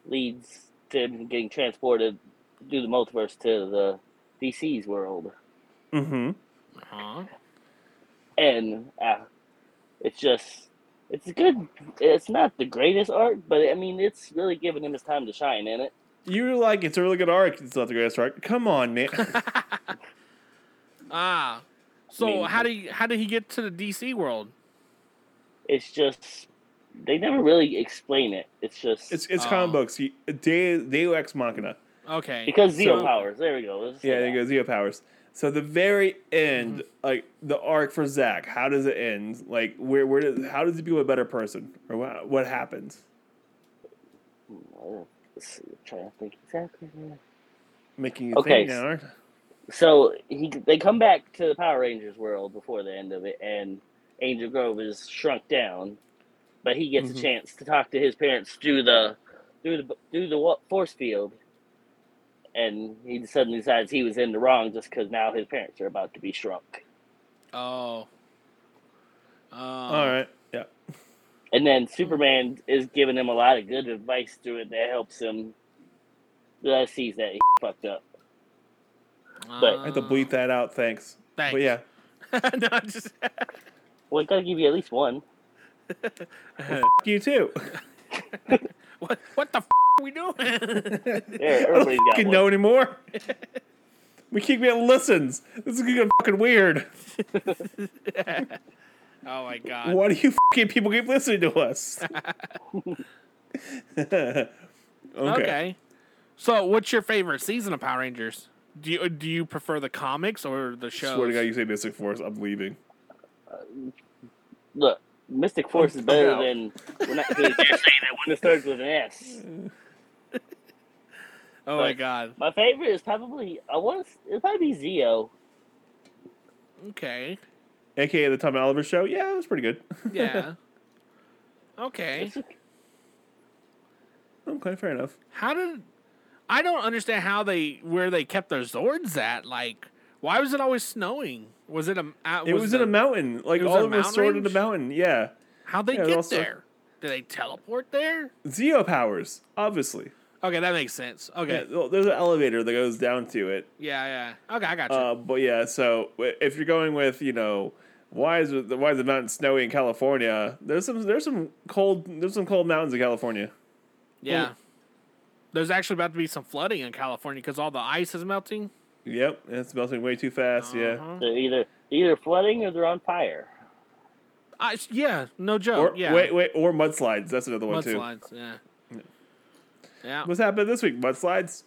Speaker 3: leads to him getting transported do the multiverse to the DC's world,
Speaker 2: Mm-hmm.
Speaker 1: Huh?
Speaker 3: and uh, it's just it's good. It's not the greatest art, but I mean, it's really giving him his time to shine in it.
Speaker 2: You're like, it's a really good arc. It's not the greatest arc. Come on,
Speaker 1: [LAUGHS]
Speaker 2: man.
Speaker 1: Ah. So
Speaker 3: mean-
Speaker 1: how do you, how did he get to the DC world?
Speaker 3: It's just they never really explain it. It's just
Speaker 2: it's it's
Speaker 1: Oh.
Speaker 2: comic books. You- Deo, Deo Ex Machina.
Speaker 1: Okay.
Speaker 3: because Zeo
Speaker 2: so-
Speaker 3: powers. There we go. Let's say
Speaker 2: Yeah, there goes
Speaker 3: that.
Speaker 2: Zeo powers. So the very end,
Speaker 1: Mm-hmm.
Speaker 2: like the arc for Zach, how does it end? Like where where does how does he become a better person, or what what happens?
Speaker 3: Hmm, Let's see, I'm trying to think exactly. where-
Speaker 2: Making you
Speaker 3: Okay,
Speaker 2: think now. aren't-
Speaker 3: So he they come back to the Power Rangers world before the end of it, and Angel Grove is shrunk down, but he gets
Speaker 2: Mhm.
Speaker 3: a chance to talk to his parents through the through the through the wa- force field, and he suddenly decides he was in the wrong just because now his parents are about to be shrunk.
Speaker 1: Oh. Um,
Speaker 2: All right. Yeah.
Speaker 3: And then Superman is giving him a lot of good advice through it that helps him. That sees that he fucked up.
Speaker 1: Um,
Speaker 3: but-
Speaker 2: I have to bleep that out. Thanks.
Speaker 1: Uh, Thanks.
Speaker 2: But yeah.
Speaker 1: [LAUGHS] no, I just [LAUGHS]
Speaker 3: Well, I gotta give you at least one.
Speaker 2: F- you too. [LAUGHS]
Speaker 1: what what the f- are we doing? [LAUGHS]
Speaker 2: I
Speaker 3: There, everybody's
Speaker 2: don't
Speaker 3: got
Speaker 2: fucking
Speaker 3: one.
Speaker 2: know anymore. we keep getting listens. This is getting fucking weird.
Speaker 1: oh my god.
Speaker 2: Why do you fucking people keep listening to
Speaker 1: [LAUGHS]
Speaker 2: us? [LAUGHS] okay.
Speaker 1: Okay. So, what's your favorite season of Power Rangers? Do you do you prefer the comics or the shows?
Speaker 2: Swear to God, you say Mystic Force, I'm leaving.
Speaker 3: Look, Mystic Force is better
Speaker 2: out.
Speaker 3: than we're not really saying that one that starts with an S.
Speaker 1: oh my god.
Speaker 3: My favorite is probably I want it probably be Zeo.
Speaker 1: Okay.
Speaker 2: AKA the Tom Oliver show. Yeah, it was pretty good. [LAUGHS]
Speaker 1: Yeah. okay.
Speaker 3: It's okay.
Speaker 2: okay, fair enough.
Speaker 1: How did I don't understand how they where they kept their Zords at? Like, why was it always snowing? Was it a uh,
Speaker 2: It was, in
Speaker 1: the-
Speaker 2: a mountain. Like
Speaker 1: it was
Speaker 2: all
Speaker 1: in a
Speaker 2: of them
Speaker 1: mountain
Speaker 2: sorted in a
Speaker 1: range?
Speaker 2: mountain. Yeah.
Speaker 1: How'd they
Speaker 2: yeah, it
Speaker 1: get
Speaker 2: also-
Speaker 1: there? Did they teleport there?
Speaker 2: Zeo powers, obviously.
Speaker 1: Okay, that makes sense.
Speaker 2: Yeah,
Speaker 1: Okay.
Speaker 2: well, there's an elevator that goes down to it.
Speaker 1: Yeah, yeah. Okay, I got you.
Speaker 2: Uh, but yeah, so w- if you're going with you know why is it- why is the mountain snowy in California? There's some there's some cold there's some cold mountains in California.
Speaker 1: yeah. There's actually about to be some flooding in California because all the ice is melting.
Speaker 2: Yep, and it's melting way too fast. Yeah,
Speaker 1: Uh-huh.
Speaker 3: They're either either flooding or they're on fire.
Speaker 1: I, yeah, no joke.
Speaker 2: or
Speaker 1: yeah.
Speaker 2: wait wait or mudslides. That's another one too.
Speaker 1: Mudslides, yeah. Yeah.
Speaker 2: What's happened this week? Mudslides.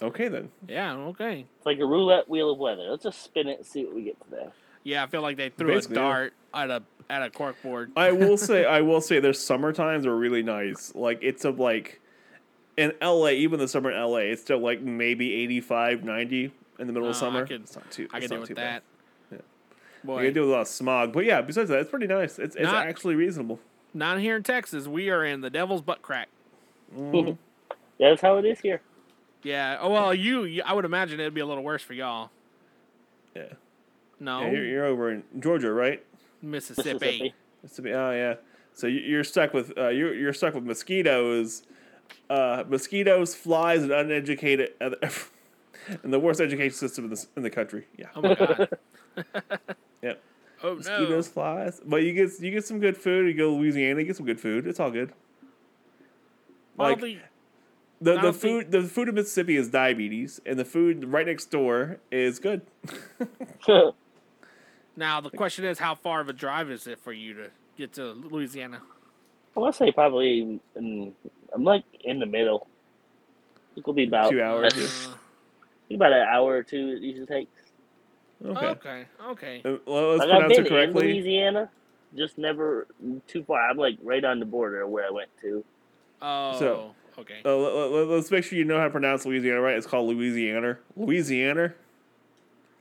Speaker 2: Okay then.
Speaker 1: Yeah, okay.
Speaker 3: It's like a roulette wheel of weather. Let's just spin it and see what we get today.
Speaker 1: Yeah, I feel like they threw
Speaker 2: Basically,
Speaker 1: a
Speaker 2: yeah. Oh,
Speaker 1: dart at a at a corkboard.
Speaker 2: I will say I will say their summer times are really nice. Like it's of like in LA, even the summer in LA, it's still like maybe 85, 90 in the middle
Speaker 1: Uh, I
Speaker 2: of summer.
Speaker 1: could-
Speaker 2: it's not too.
Speaker 1: I
Speaker 2: it's
Speaker 1: can deal
Speaker 2: not
Speaker 1: with
Speaker 2: too
Speaker 1: that.
Speaker 2: bad.
Speaker 1: Boy,
Speaker 2: You gotta deal with a lot of smog, but yeah. Besides that, it's pretty nice. It's it's
Speaker 1: Not-
Speaker 2: actually reasonable.
Speaker 1: not here in Texas. We are in the devil's butt crack.
Speaker 3: That's how it is here.
Speaker 1: Yeah. Oh well, you. you I would imagine it'd be a little worse for y'all.
Speaker 2: Yeah.
Speaker 1: No,
Speaker 2: Yeah, you're, you're over in Georgia, right?
Speaker 1: Mississippi.
Speaker 3: Mississippi.
Speaker 2: It's to be, oh yeah. So you- you're stuck with uh, you're you're stuck with mosquitoes, uh, mosquitoes, flies, and uneducated, uh, [LAUGHS] and the worst education system in the s- in the country. Yeah.
Speaker 1: Oh my
Speaker 2: [LAUGHS]
Speaker 1: god.
Speaker 2: Yep.
Speaker 1: Oh no.
Speaker 2: Mosquitoes, flies, but you get you get some good food. You go to Louisiana, you get some good food. It's all good.
Speaker 1: Well,
Speaker 2: like-
Speaker 1: the-
Speaker 2: the
Speaker 1: I
Speaker 2: The
Speaker 1: don't think-
Speaker 2: food the food in Mississippi is diabetes, and the food right next door is good. [LAUGHS]
Speaker 3: [LAUGHS]
Speaker 1: now the question is, how far of a drive is it for you to get to Louisiana?
Speaker 3: I want to say probably mm, I'm like in the middle. It could be about
Speaker 2: Two hours.
Speaker 1: Uh,
Speaker 3: About an hour or two. It usually takes.
Speaker 2: Okay.
Speaker 1: okay. Uh, Okay.
Speaker 2: Uh, Well, let's
Speaker 3: Like I've
Speaker 2: pronounce
Speaker 3: been
Speaker 2: it
Speaker 3: in
Speaker 2: correctly.
Speaker 3: Louisiana, just never too far. I'm like right on the border of where I went to.
Speaker 1: Oh.
Speaker 2: So-
Speaker 1: okay.
Speaker 2: Uh, let, us make sure you know how to pronounce Louisiana right. It's called Louisiana. Louisiana.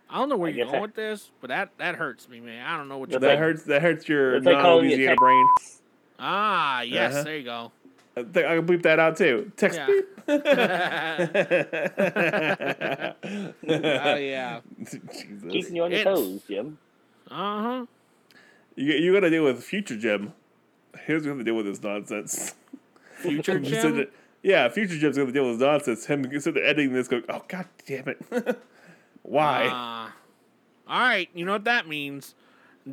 Speaker 1: I don't know where
Speaker 3: I
Speaker 1: you're
Speaker 3: guess
Speaker 1: going
Speaker 3: I-
Speaker 1: with this, but that that hurts me, man. I don't know what you're.
Speaker 3: That's
Speaker 2: That
Speaker 3: like-
Speaker 2: hurts. That hurts your
Speaker 3: that's like calling me a
Speaker 2: non-Louisiana
Speaker 3: Tex-
Speaker 2: brain.
Speaker 1: Ah, yes.
Speaker 2: Uh-huh.
Speaker 1: There you
Speaker 2: [LAUGHS]
Speaker 1: go.
Speaker 2: I think I can bleep that out too. Text
Speaker 1: Yeah.
Speaker 2: beep.
Speaker 1: Oh yeah. [LAUGHS]
Speaker 2: [LAUGHS] Jesus.
Speaker 3: Keeping you on your
Speaker 1: It's-
Speaker 3: toes, Jim.
Speaker 1: Uh huh.
Speaker 2: You, you got to deal with future Jim. Here's going to deal with this nonsense.
Speaker 1: Future
Speaker 2: [LAUGHS] He said
Speaker 1: Jim.
Speaker 2: that- Yeah, Future Jim's gonna deal with nonsense. Him instead of editing this, go, oh god damn it, [LAUGHS] why?
Speaker 1: Ah. all right, you know what that means.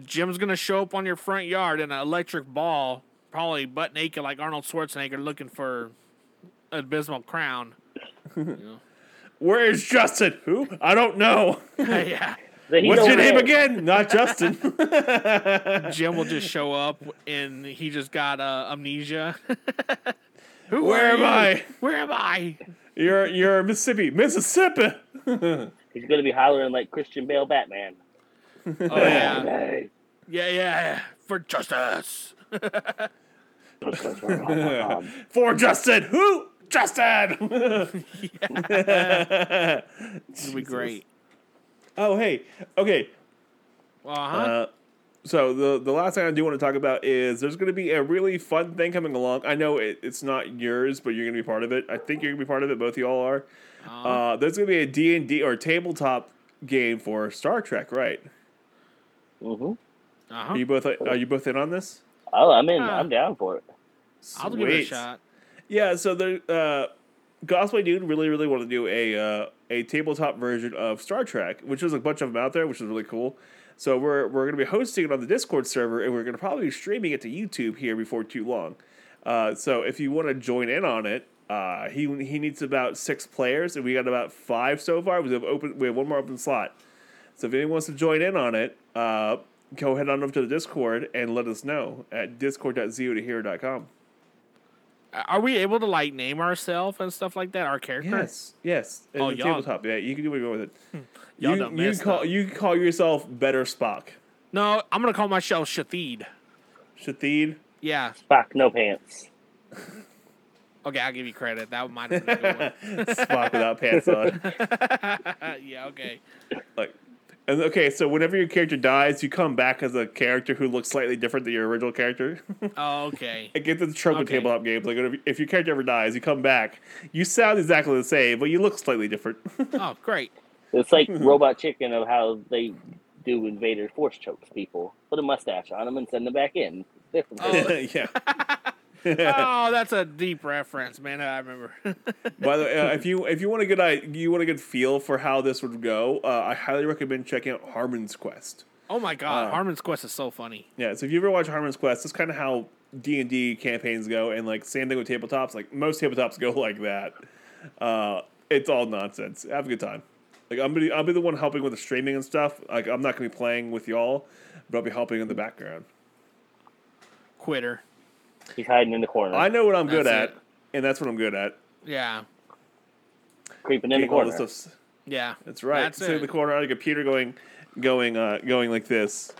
Speaker 1: Jim's gonna show up on your front yard in an electric ball, probably butt naked like Arnold Schwarzenegger, looking for an abysmal
Speaker 2: [LAUGHS]
Speaker 1: crown. [LAUGHS]
Speaker 2: Where is Justin? Who? I
Speaker 1: [LAUGHS]
Speaker 2: don't know.
Speaker 1: yeah,
Speaker 3: But he
Speaker 2: What's
Speaker 3: don't
Speaker 2: your name
Speaker 3: care.
Speaker 2: again? Not
Speaker 1: [LAUGHS]
Speaker 2: Justin.
Speaker 1: Jim will just show up and he just got uh, amnesia. [LAUGHS] Who
Speaker 2: Where
Speaker 1: are
Speaker 2: am
Speaker 1: you?
Speaker 2: I?
Speaker 1: Where am
Speaker 2: [LAUGHS]
Speaker 1: I?
Speaker 2: You're you're Mississippi, Mississippi.
Speaker 3: He's gonna be hollering like Christian Bale
Speaker 2: [LAUGHS]
Speaker 3: Batman.
Speaker 1: Oh yeah,
Speaker 3: Hey,
Speaker 1: yeah, yeah. For justice.
Speaker 3: Um.
Speaker 2: [LAUGHS] For Justin, who? Justin. [LAUGHS]
Speaker 1: It'll be great.
Speaker 2: oh hey, okay.
Speaker 1: Uh-huh.
Speaker 2: Uh, so the the last thing I do want to talk about is there's going to be a really fun thing coming along. I know it, it's not yours, but you're going to be part of it. I think you're going to be part of it. Both of y'all are. Uh, there's going to be a D and D or tabletop game for Star Trek, right?
Speaker 3: Mm-hmm.
Speaker 1: Uh-huh.
Speaker 2: Are you both are you both in on this?
Speaker 3: Oh, I'm in.
Speaker 1: Ah.
Speaker 3: I'm down for it.
Speaker 1: I'll give it a
Speaker 2: Sweet.
Speaker 1: shot.
Speaker 2: Yeah, so the uh, Gospel Dude really, really want to do a uh, a tabletop version of Star Trek, which there's a bunch of them out there, which is really cool. So we're we're gonna be hosting it on the Discord server, and we're gonna probably be streaming it to YouTube here before too long. Uh, so if you want to join in on it, uh, he he needs about six players, and we got about five so far. We have open we have one more open slot. So if anyone wants to join in on it, uh, go head on over to the Discord and let us know at discord.zotohero.com.
Speaker 1: Are we able to like name ourselves and stuff like that? Our character?
Speaker 2: Yes, yes.
Speaker 1: Oh,
Speaker 2: it's a
Speaker 1: y'all-
Speaker 2: tabletop. Yeah, you can do what you want with it.
Speaker 1: Y'all
Speaker 2: you
Speaker 1: done
Speaker 2: you
Speaker 1: messed
Speaker 2: call
Speaker 1: up.
Speaker 2: you call yourself better Spock,
Speaker 1: No, I'm gonna call myself Shathid.
Speaker 2: Shathid.
Speaker 1: Yeah.
Speaker 3: Spock, no pants.
Speaker 1: Okay, I'll give you credit. That might have been a good
Speaker 2: [LAUGHS] Spock without pants on.
Speaker 1: [LAUGHS] one. [LAUGHS] yeah. Okay.
Speaker 2: Like, and okay, so whenever your character dies, you come back as a character who looks slightly different than your original character. [LAUGHS]
Speaker 1: Oh, okay.
Speaker 2: I get the trope of
Speaker 1: Okay.
Speaker 2: tabletop games. Like, if- if your character ever dies, you come back. You sound exactly the same, but you look slightly different.
Speaker 1: Oh, great.
Speaker 2: [LAUGHS]
Speaker 3: It's like Robot Chicken of how they do Invader Force chokes people. Put a mustache on them and send them back in. [LAUGHS] Different.
Speaker 1: Oh.
Speaker 2: [LAUGHS] yeah.
Speaker 1: Oh, that's a deep reference, man. I remember. [LAUGHS]
Speaker 2: By the way, uh, if you if you want a good i- you want a good feel for how this would go, uh, I highly recommend checking out Harmon's Quest.
Speaker 1: oh my God,
Speaker 2: Uh,
Speaker 1: Harmon's Quest is so funny.
Speaker 2: Yeah, so if you ever watch Harmon's Quest, that's kind of how D and D campaigns go, and like same thing with tabletops. Like most tabletops go [LAUGHS] like that. Uh, it's all nonsense. Have a good time. Like I'm gonna, I'll be the one helping with the streaming and stuff. Like I'm not gonna be playing with y'all, but I'll be helping in the background.
Speaker 1: Quitter.
Speaker 3: He's hiding in the corner,
Speaker 2: I know what I'm good
Speaker 1: That's
Speaker 2: at,
Speaker 1: it.
Speaker 2: and that's what I'm good at.
Speaker 1: Yeah.
Speaker 3: creeping in the
Speaker 2: Getting all
Speaker 3: corner.
Speaker 2: this stuff.
Speaker 1: Yeah.
Speaker 2: That's right.
Speaker 1: That's
Speaker 2: Sitting in the
Speaker 1: it.
Speaker 2: corner on a computer, going, going, uh, going like this.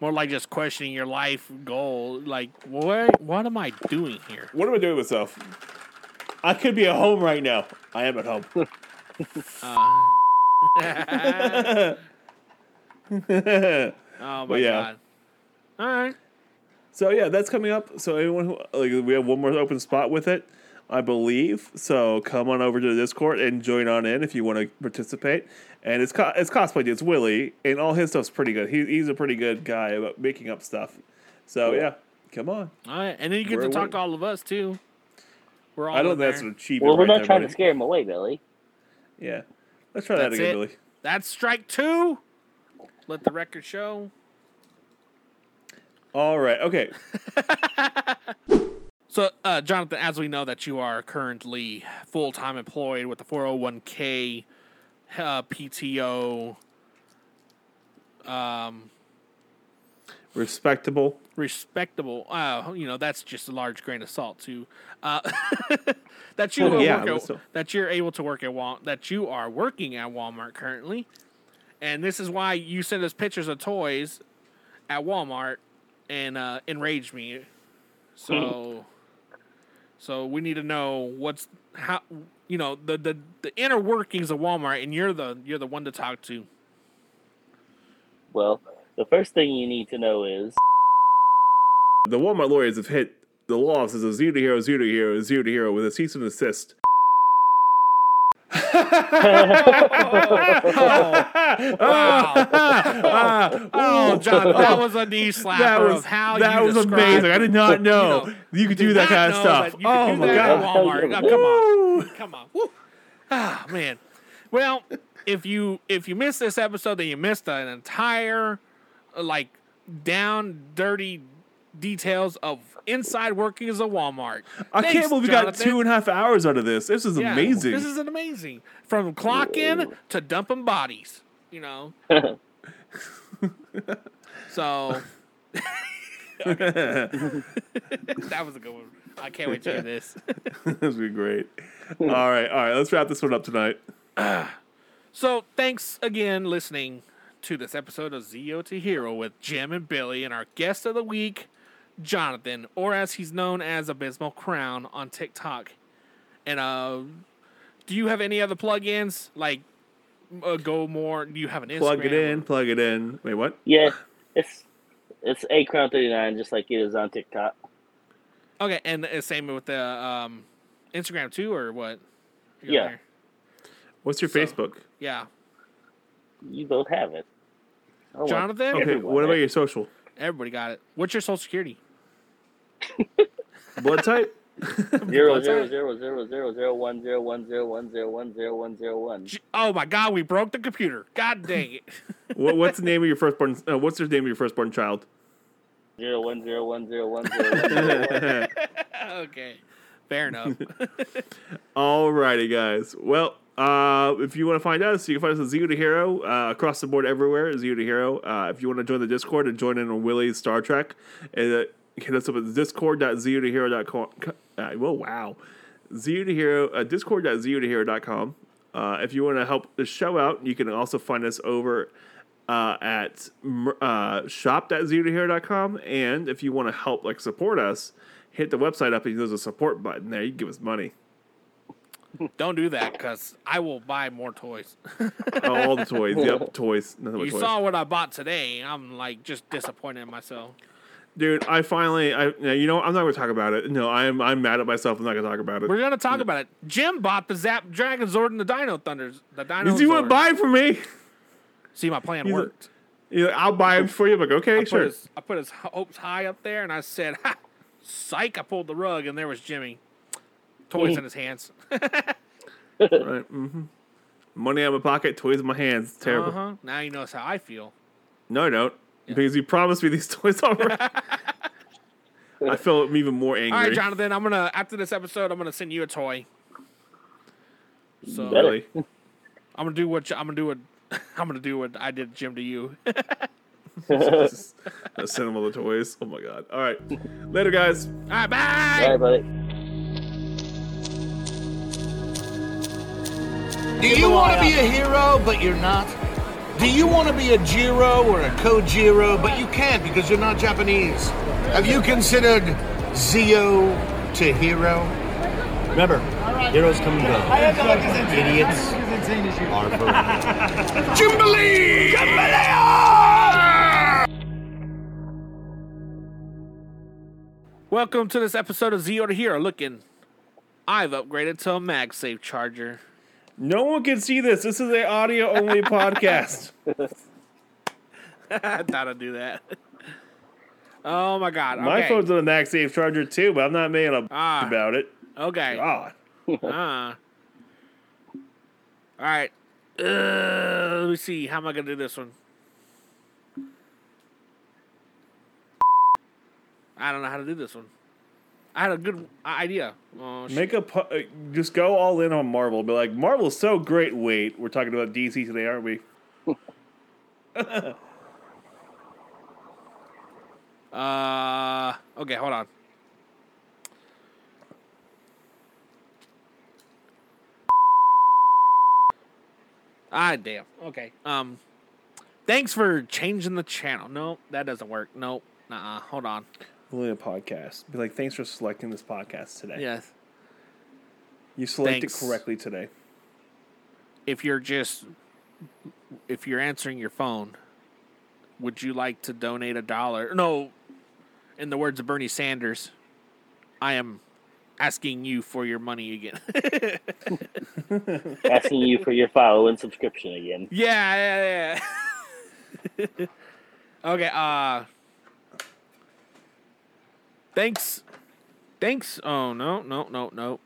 Speaker 1: More like just questioning your life goal. Like, what? What am I doing here?
Speaker 2: What am I doing with myself? I could be at home right now. I am at home. [LAUGHS]
Speaker 1: Uh, [LAUGHS]
Speaker 2: [LAUGHS] so
Speaker 1: oh my
Speaker 2: Well, yeah.
Speaker 1: God. All right.
Speaker 2: yeah, that's coming up. So anyone who like we have one more open spot with it, I believe. So come on over to the Discord and join on in if you want to participate. And it's co- it's cosplay. dude. It's Willie, and all his stuff's pretty good. He, he's a pretty good guy about making up stuff. So yeah, come on.
Speaker 1: All right. And then you get
Speaker 2: We're
Speaker 1: to talk
Speaker 2: awake.
Speaker 1: to all of us too. We're all.
Speaker 2: I don't
Speaker 1: in
Speaker 2: think that's
Speaker 1: there.
Speaker 2: an achievement.
Speaker 3: well, we're
Speaker 2: right
Speaker 3: not
Speaker 2: there,
Speaker 3: trying to
Speaker 2: buddy.
Speaker 3: scare him away, Billy.
Speaker 2: Yeah, let's try that
Speaker 1: That's
Speaker 2: again,
Speaker 1: it.
Speaker 2: Billy.
Speaker 1: That's strike two. Let the record show.
Speaker 2: All right. Okay.
Speaker 1: So, uh, Jonathan, as we know that you are currently full time employed with the 401k, uh, PTO,
Speaker 2: Respectable.
Speaker 1: respectable. Uh, you know, that's just a large grain of salt too. Uh, [LAUGHS] that you
Speaker 2: Well,
Speaker 1: are
Speaker 2: yeah,
Speaker 1: work
Speaker 2: but
Speaker 1: at-
Speaker 2: still.
Speaker 1: that you're able to work at Wal that you are working at Walmart currently, and this is why you send us pictures of toys at Walmart and uh, enrage me. So, so we need to know what's how you know the the the inner workings of Walmart, and you're the you're the one to talk to. [LAUGHS]
Speaker 3: Well, the first thing you need to know is
Speaker 2: The Walmart lawyers have hit
Speaker 1: [LAUGHS]
Speaker 2: the law says a zero to hero, zero to hero, zero to hero with a cease and desist. [LAUGHS] Ah,
Speaker 1: Oh,
Speaker 2: ooh.
Speaker 1: John, that was a knee slapper
Speaker 2: [LAUGHS] that was
Speaker 1: of how
Speaker 2: that
Speaker 1: you
Speaker 2: was
Speaker 1: described-
Speaker 2: amazing. I
Speaker 1: [LAUGHS]
Speaker 2: did not know
Speaker 1: know,
Speaker 2: you could
Speaker 1: did
Speaker 2: do that
Speaker 1: not
Speaker 2: kind of
Speaker 1: know
Speaker 2: stuff.
Speaker 1: that you could
Speaker 2: Oh
Speaker 1: do
Speaker 2: my
Speaker 1: that at
Speaker 2: god!
Speaker 1: Walmart. Now, come on.
Speaker 2: Woo.
Speaker 1: Come on. Woo. Ah, man. Well, if you if you missed this episode, then you missed an entire uh, like down dirty details of inside workings of Walmart.
Speaker 2: I
Speaker 1: Thanks,
Speaker 2: can't believe we got
Speaker 1: Jonathan.
Speaker 2: two and a half hours out of this. This is
Speaker 1: Yeah,
Speaker 2: amazing.
Speaker 1: This is amazing. From clock in to dumping bodies, you know.
Speaker 2: [LAUGHS]
Speaker 1: so [LAUGHS] that was a good one. I can't wait to hear this.
Speaker 2: [LAUGHS] this would be great. All right, all right. Let's wrap this one up tonight.
Speaker 1: So thanks again listening to this episode of Zio to Hero with Jim and Billy and our guest of the week, Jonathan, or as he's known as Abysmal Crown on TikTok. And uh, do you have any other plugins? Like uh, go more? Do you have an Instagram?
Speaker 2: Plug it in. Plug it in. Wait, what?
Speaker 3: Yeah, it's it's a crown thirty nine, just like it is on TikTok.
Speaker 1: Okay, and uh, same with the um, Instagram too, or what? You got
Speaker 3: Yeah.
Speaker 1: there?
Speaker 2: What's your
Speaker 1: So-
Speaker 2: Facebook?
Speaker 1: yeah.
Speaker 3: You both have it. Oh, well,
Speaker 1: Jonathan,
Speaker 2: Okay.
Speaker 3: Everyone,
Speaker 2: What about
Speaker 3: eh?
Speaker 2: your social?
Speaker 1: everybody got it. What's your social security?
Speaker 2: Blood
Speaker 1: [LAUGHS]
Speaker 2: type.
Speaker 3: zero zero zero zero zero zero one zero one zero one zero one zero one zero one.
Speaker 1: J- Oh my God, we broke the computer. God dang it. [LAUGHS]
Speaker 2: what, what's the name of your firstborn? Uh, what's the name of your firstborn child?
Speaker 3: Zero one zero one zero one zero one zero one.
Speaker 2: [LAUGHS]
Speaker 1: okay, fair enough.
Speaker 2: Alrighty, guys. Well, uh, if you want to find us, you can find us at Zero to Hero uh, across the board everywhere. Zero to Hero. Uh, if you want to join the Discord and join in on Willie's Star Trek, uh, hit us up at discord.zerotohero.com. Uh, whoa, wow. Zero to Hero, uh, discord.zerotohero.com. Uh, if you want to help the show out, you can also find us over uh, at mer- uh, shop.zerotohero.com. And if you want to help, like support us, hit the website up and there's a support button there. You can give us money.
Speaker 1: Don't do that because I will buy more toys.
Speaker 2: Oh, all the toys. Yep, toys. Nothing but
Speaker 1: You
Speaker 2: toys.
Speaker 1: saw what I bought today. I'm like just disappointed in myself.
Speaker 2: Dude, I finally, I no, you know, what? I'm not gonna talk about it. No, I'm, I'm mad at myself. I'm not gonna talk about it.
Speaker 1: We're gonna talk about it. Jim bought the Zap Dragon Zord and the Dino Thunders. The Dino.
Speaker 2: you want
Speaker 1: Zord.
Speaker 2: to buy it for me?
Speaker 1: See, my plan
Speaker 2: He's a-
Speaker 1: worked.
Speaker 2: You're like, I'll buy it for you. I'm like, okay,
Speaker 1: put
Speaker 2: sure.
Speaker 1: his, I put his h- hopes high up there, and I said, ha, "Psych!" I pulled the rug, and there was Jimmy, toys in his hands.
Speaker 2: Right, hmm Money out of my pocket, toys in my hands. It's terrible.
Speaker 1: Uh-huh. Now he knows how I feel.
Speaker 2: No, I don't. Because you promised me these [LAUGHS] toys already. I feel even more angry.
Speaker 1: All right, Jonathan, I'm gonna after this episode, I'm gonna send you a toy. So
Speaker 2: [LAUGHS] Really?
Speaker 1: I'm gonna do what you- I'm gonna do what [LAUGHS] I'm gonna do what I did, Jim, to you.
Speaker 2: I sent him all the toys. Oh my god. All right. Later, guys.
Speaker 1: All right, bye.
Speaker 3: Bye, buddy.
Speaker 5: Do you want to be a hero, but you're not? Do you want to be a Jiro or a Kojiro, but you can't because you're not Japanese? Have you considered Zio to Hero? Remember, heroes come and go. Idiots are forever. Jubilee! Jubilee!
Speaker 1: Welcome to this episode of Zero to Hero. Looking, I've upgraded to a MagSafe charger. [LAUGHS]
Speaker 2: No one can see this. This is a audio only podcast.
Speaker 1: I thought I'd do that. [LAUGHS] Oh my god.
Speaker 2: My
Speaker 1: okay.
Speaker 2: phone's on a MagSafe charger too, but I'm not making a
Speaker 1: Ah.
Speaker 2: about it.
Speaker 1: Okay.
Speaker 2: God.
Speaker 1: Uh. All right. Uh, let me see. How am I gonna do this one? I don't know how to do this one. I had a good idea. Oh, shit.
Speaker 2: Make a pu- uh, just go all in on Marvel. Be like, Marvel's so great. Wait, we're talking about DC today, aren't we?
Speaker 1: Uh. Okay. Hold on. Ah, damn. Okay. Um. Thanks for changing the channel. No, that doesn't work. Nope. Nuh-uh. Hold on.
Speaker 2: Only a podcast. Be like, thanks for selecting this podcast today.
Speaker 1: Yes.
Speaker 2: you selected
Speaker 1: thanks.
Speaker 2: correctly today.
Speaker 1: if you're just if you're answering your phone, would you like to donate a dollar? No, in the words of Bernie Sanders, I am asking you for your money again. [LAUGHS]
Speaker 3: Asking you for your follow and subscription again.
Speaker 1: yeah, yeah, yeah. [LAUGHS] okay, uh Thanks. Thanks. Oh no, no, no, no.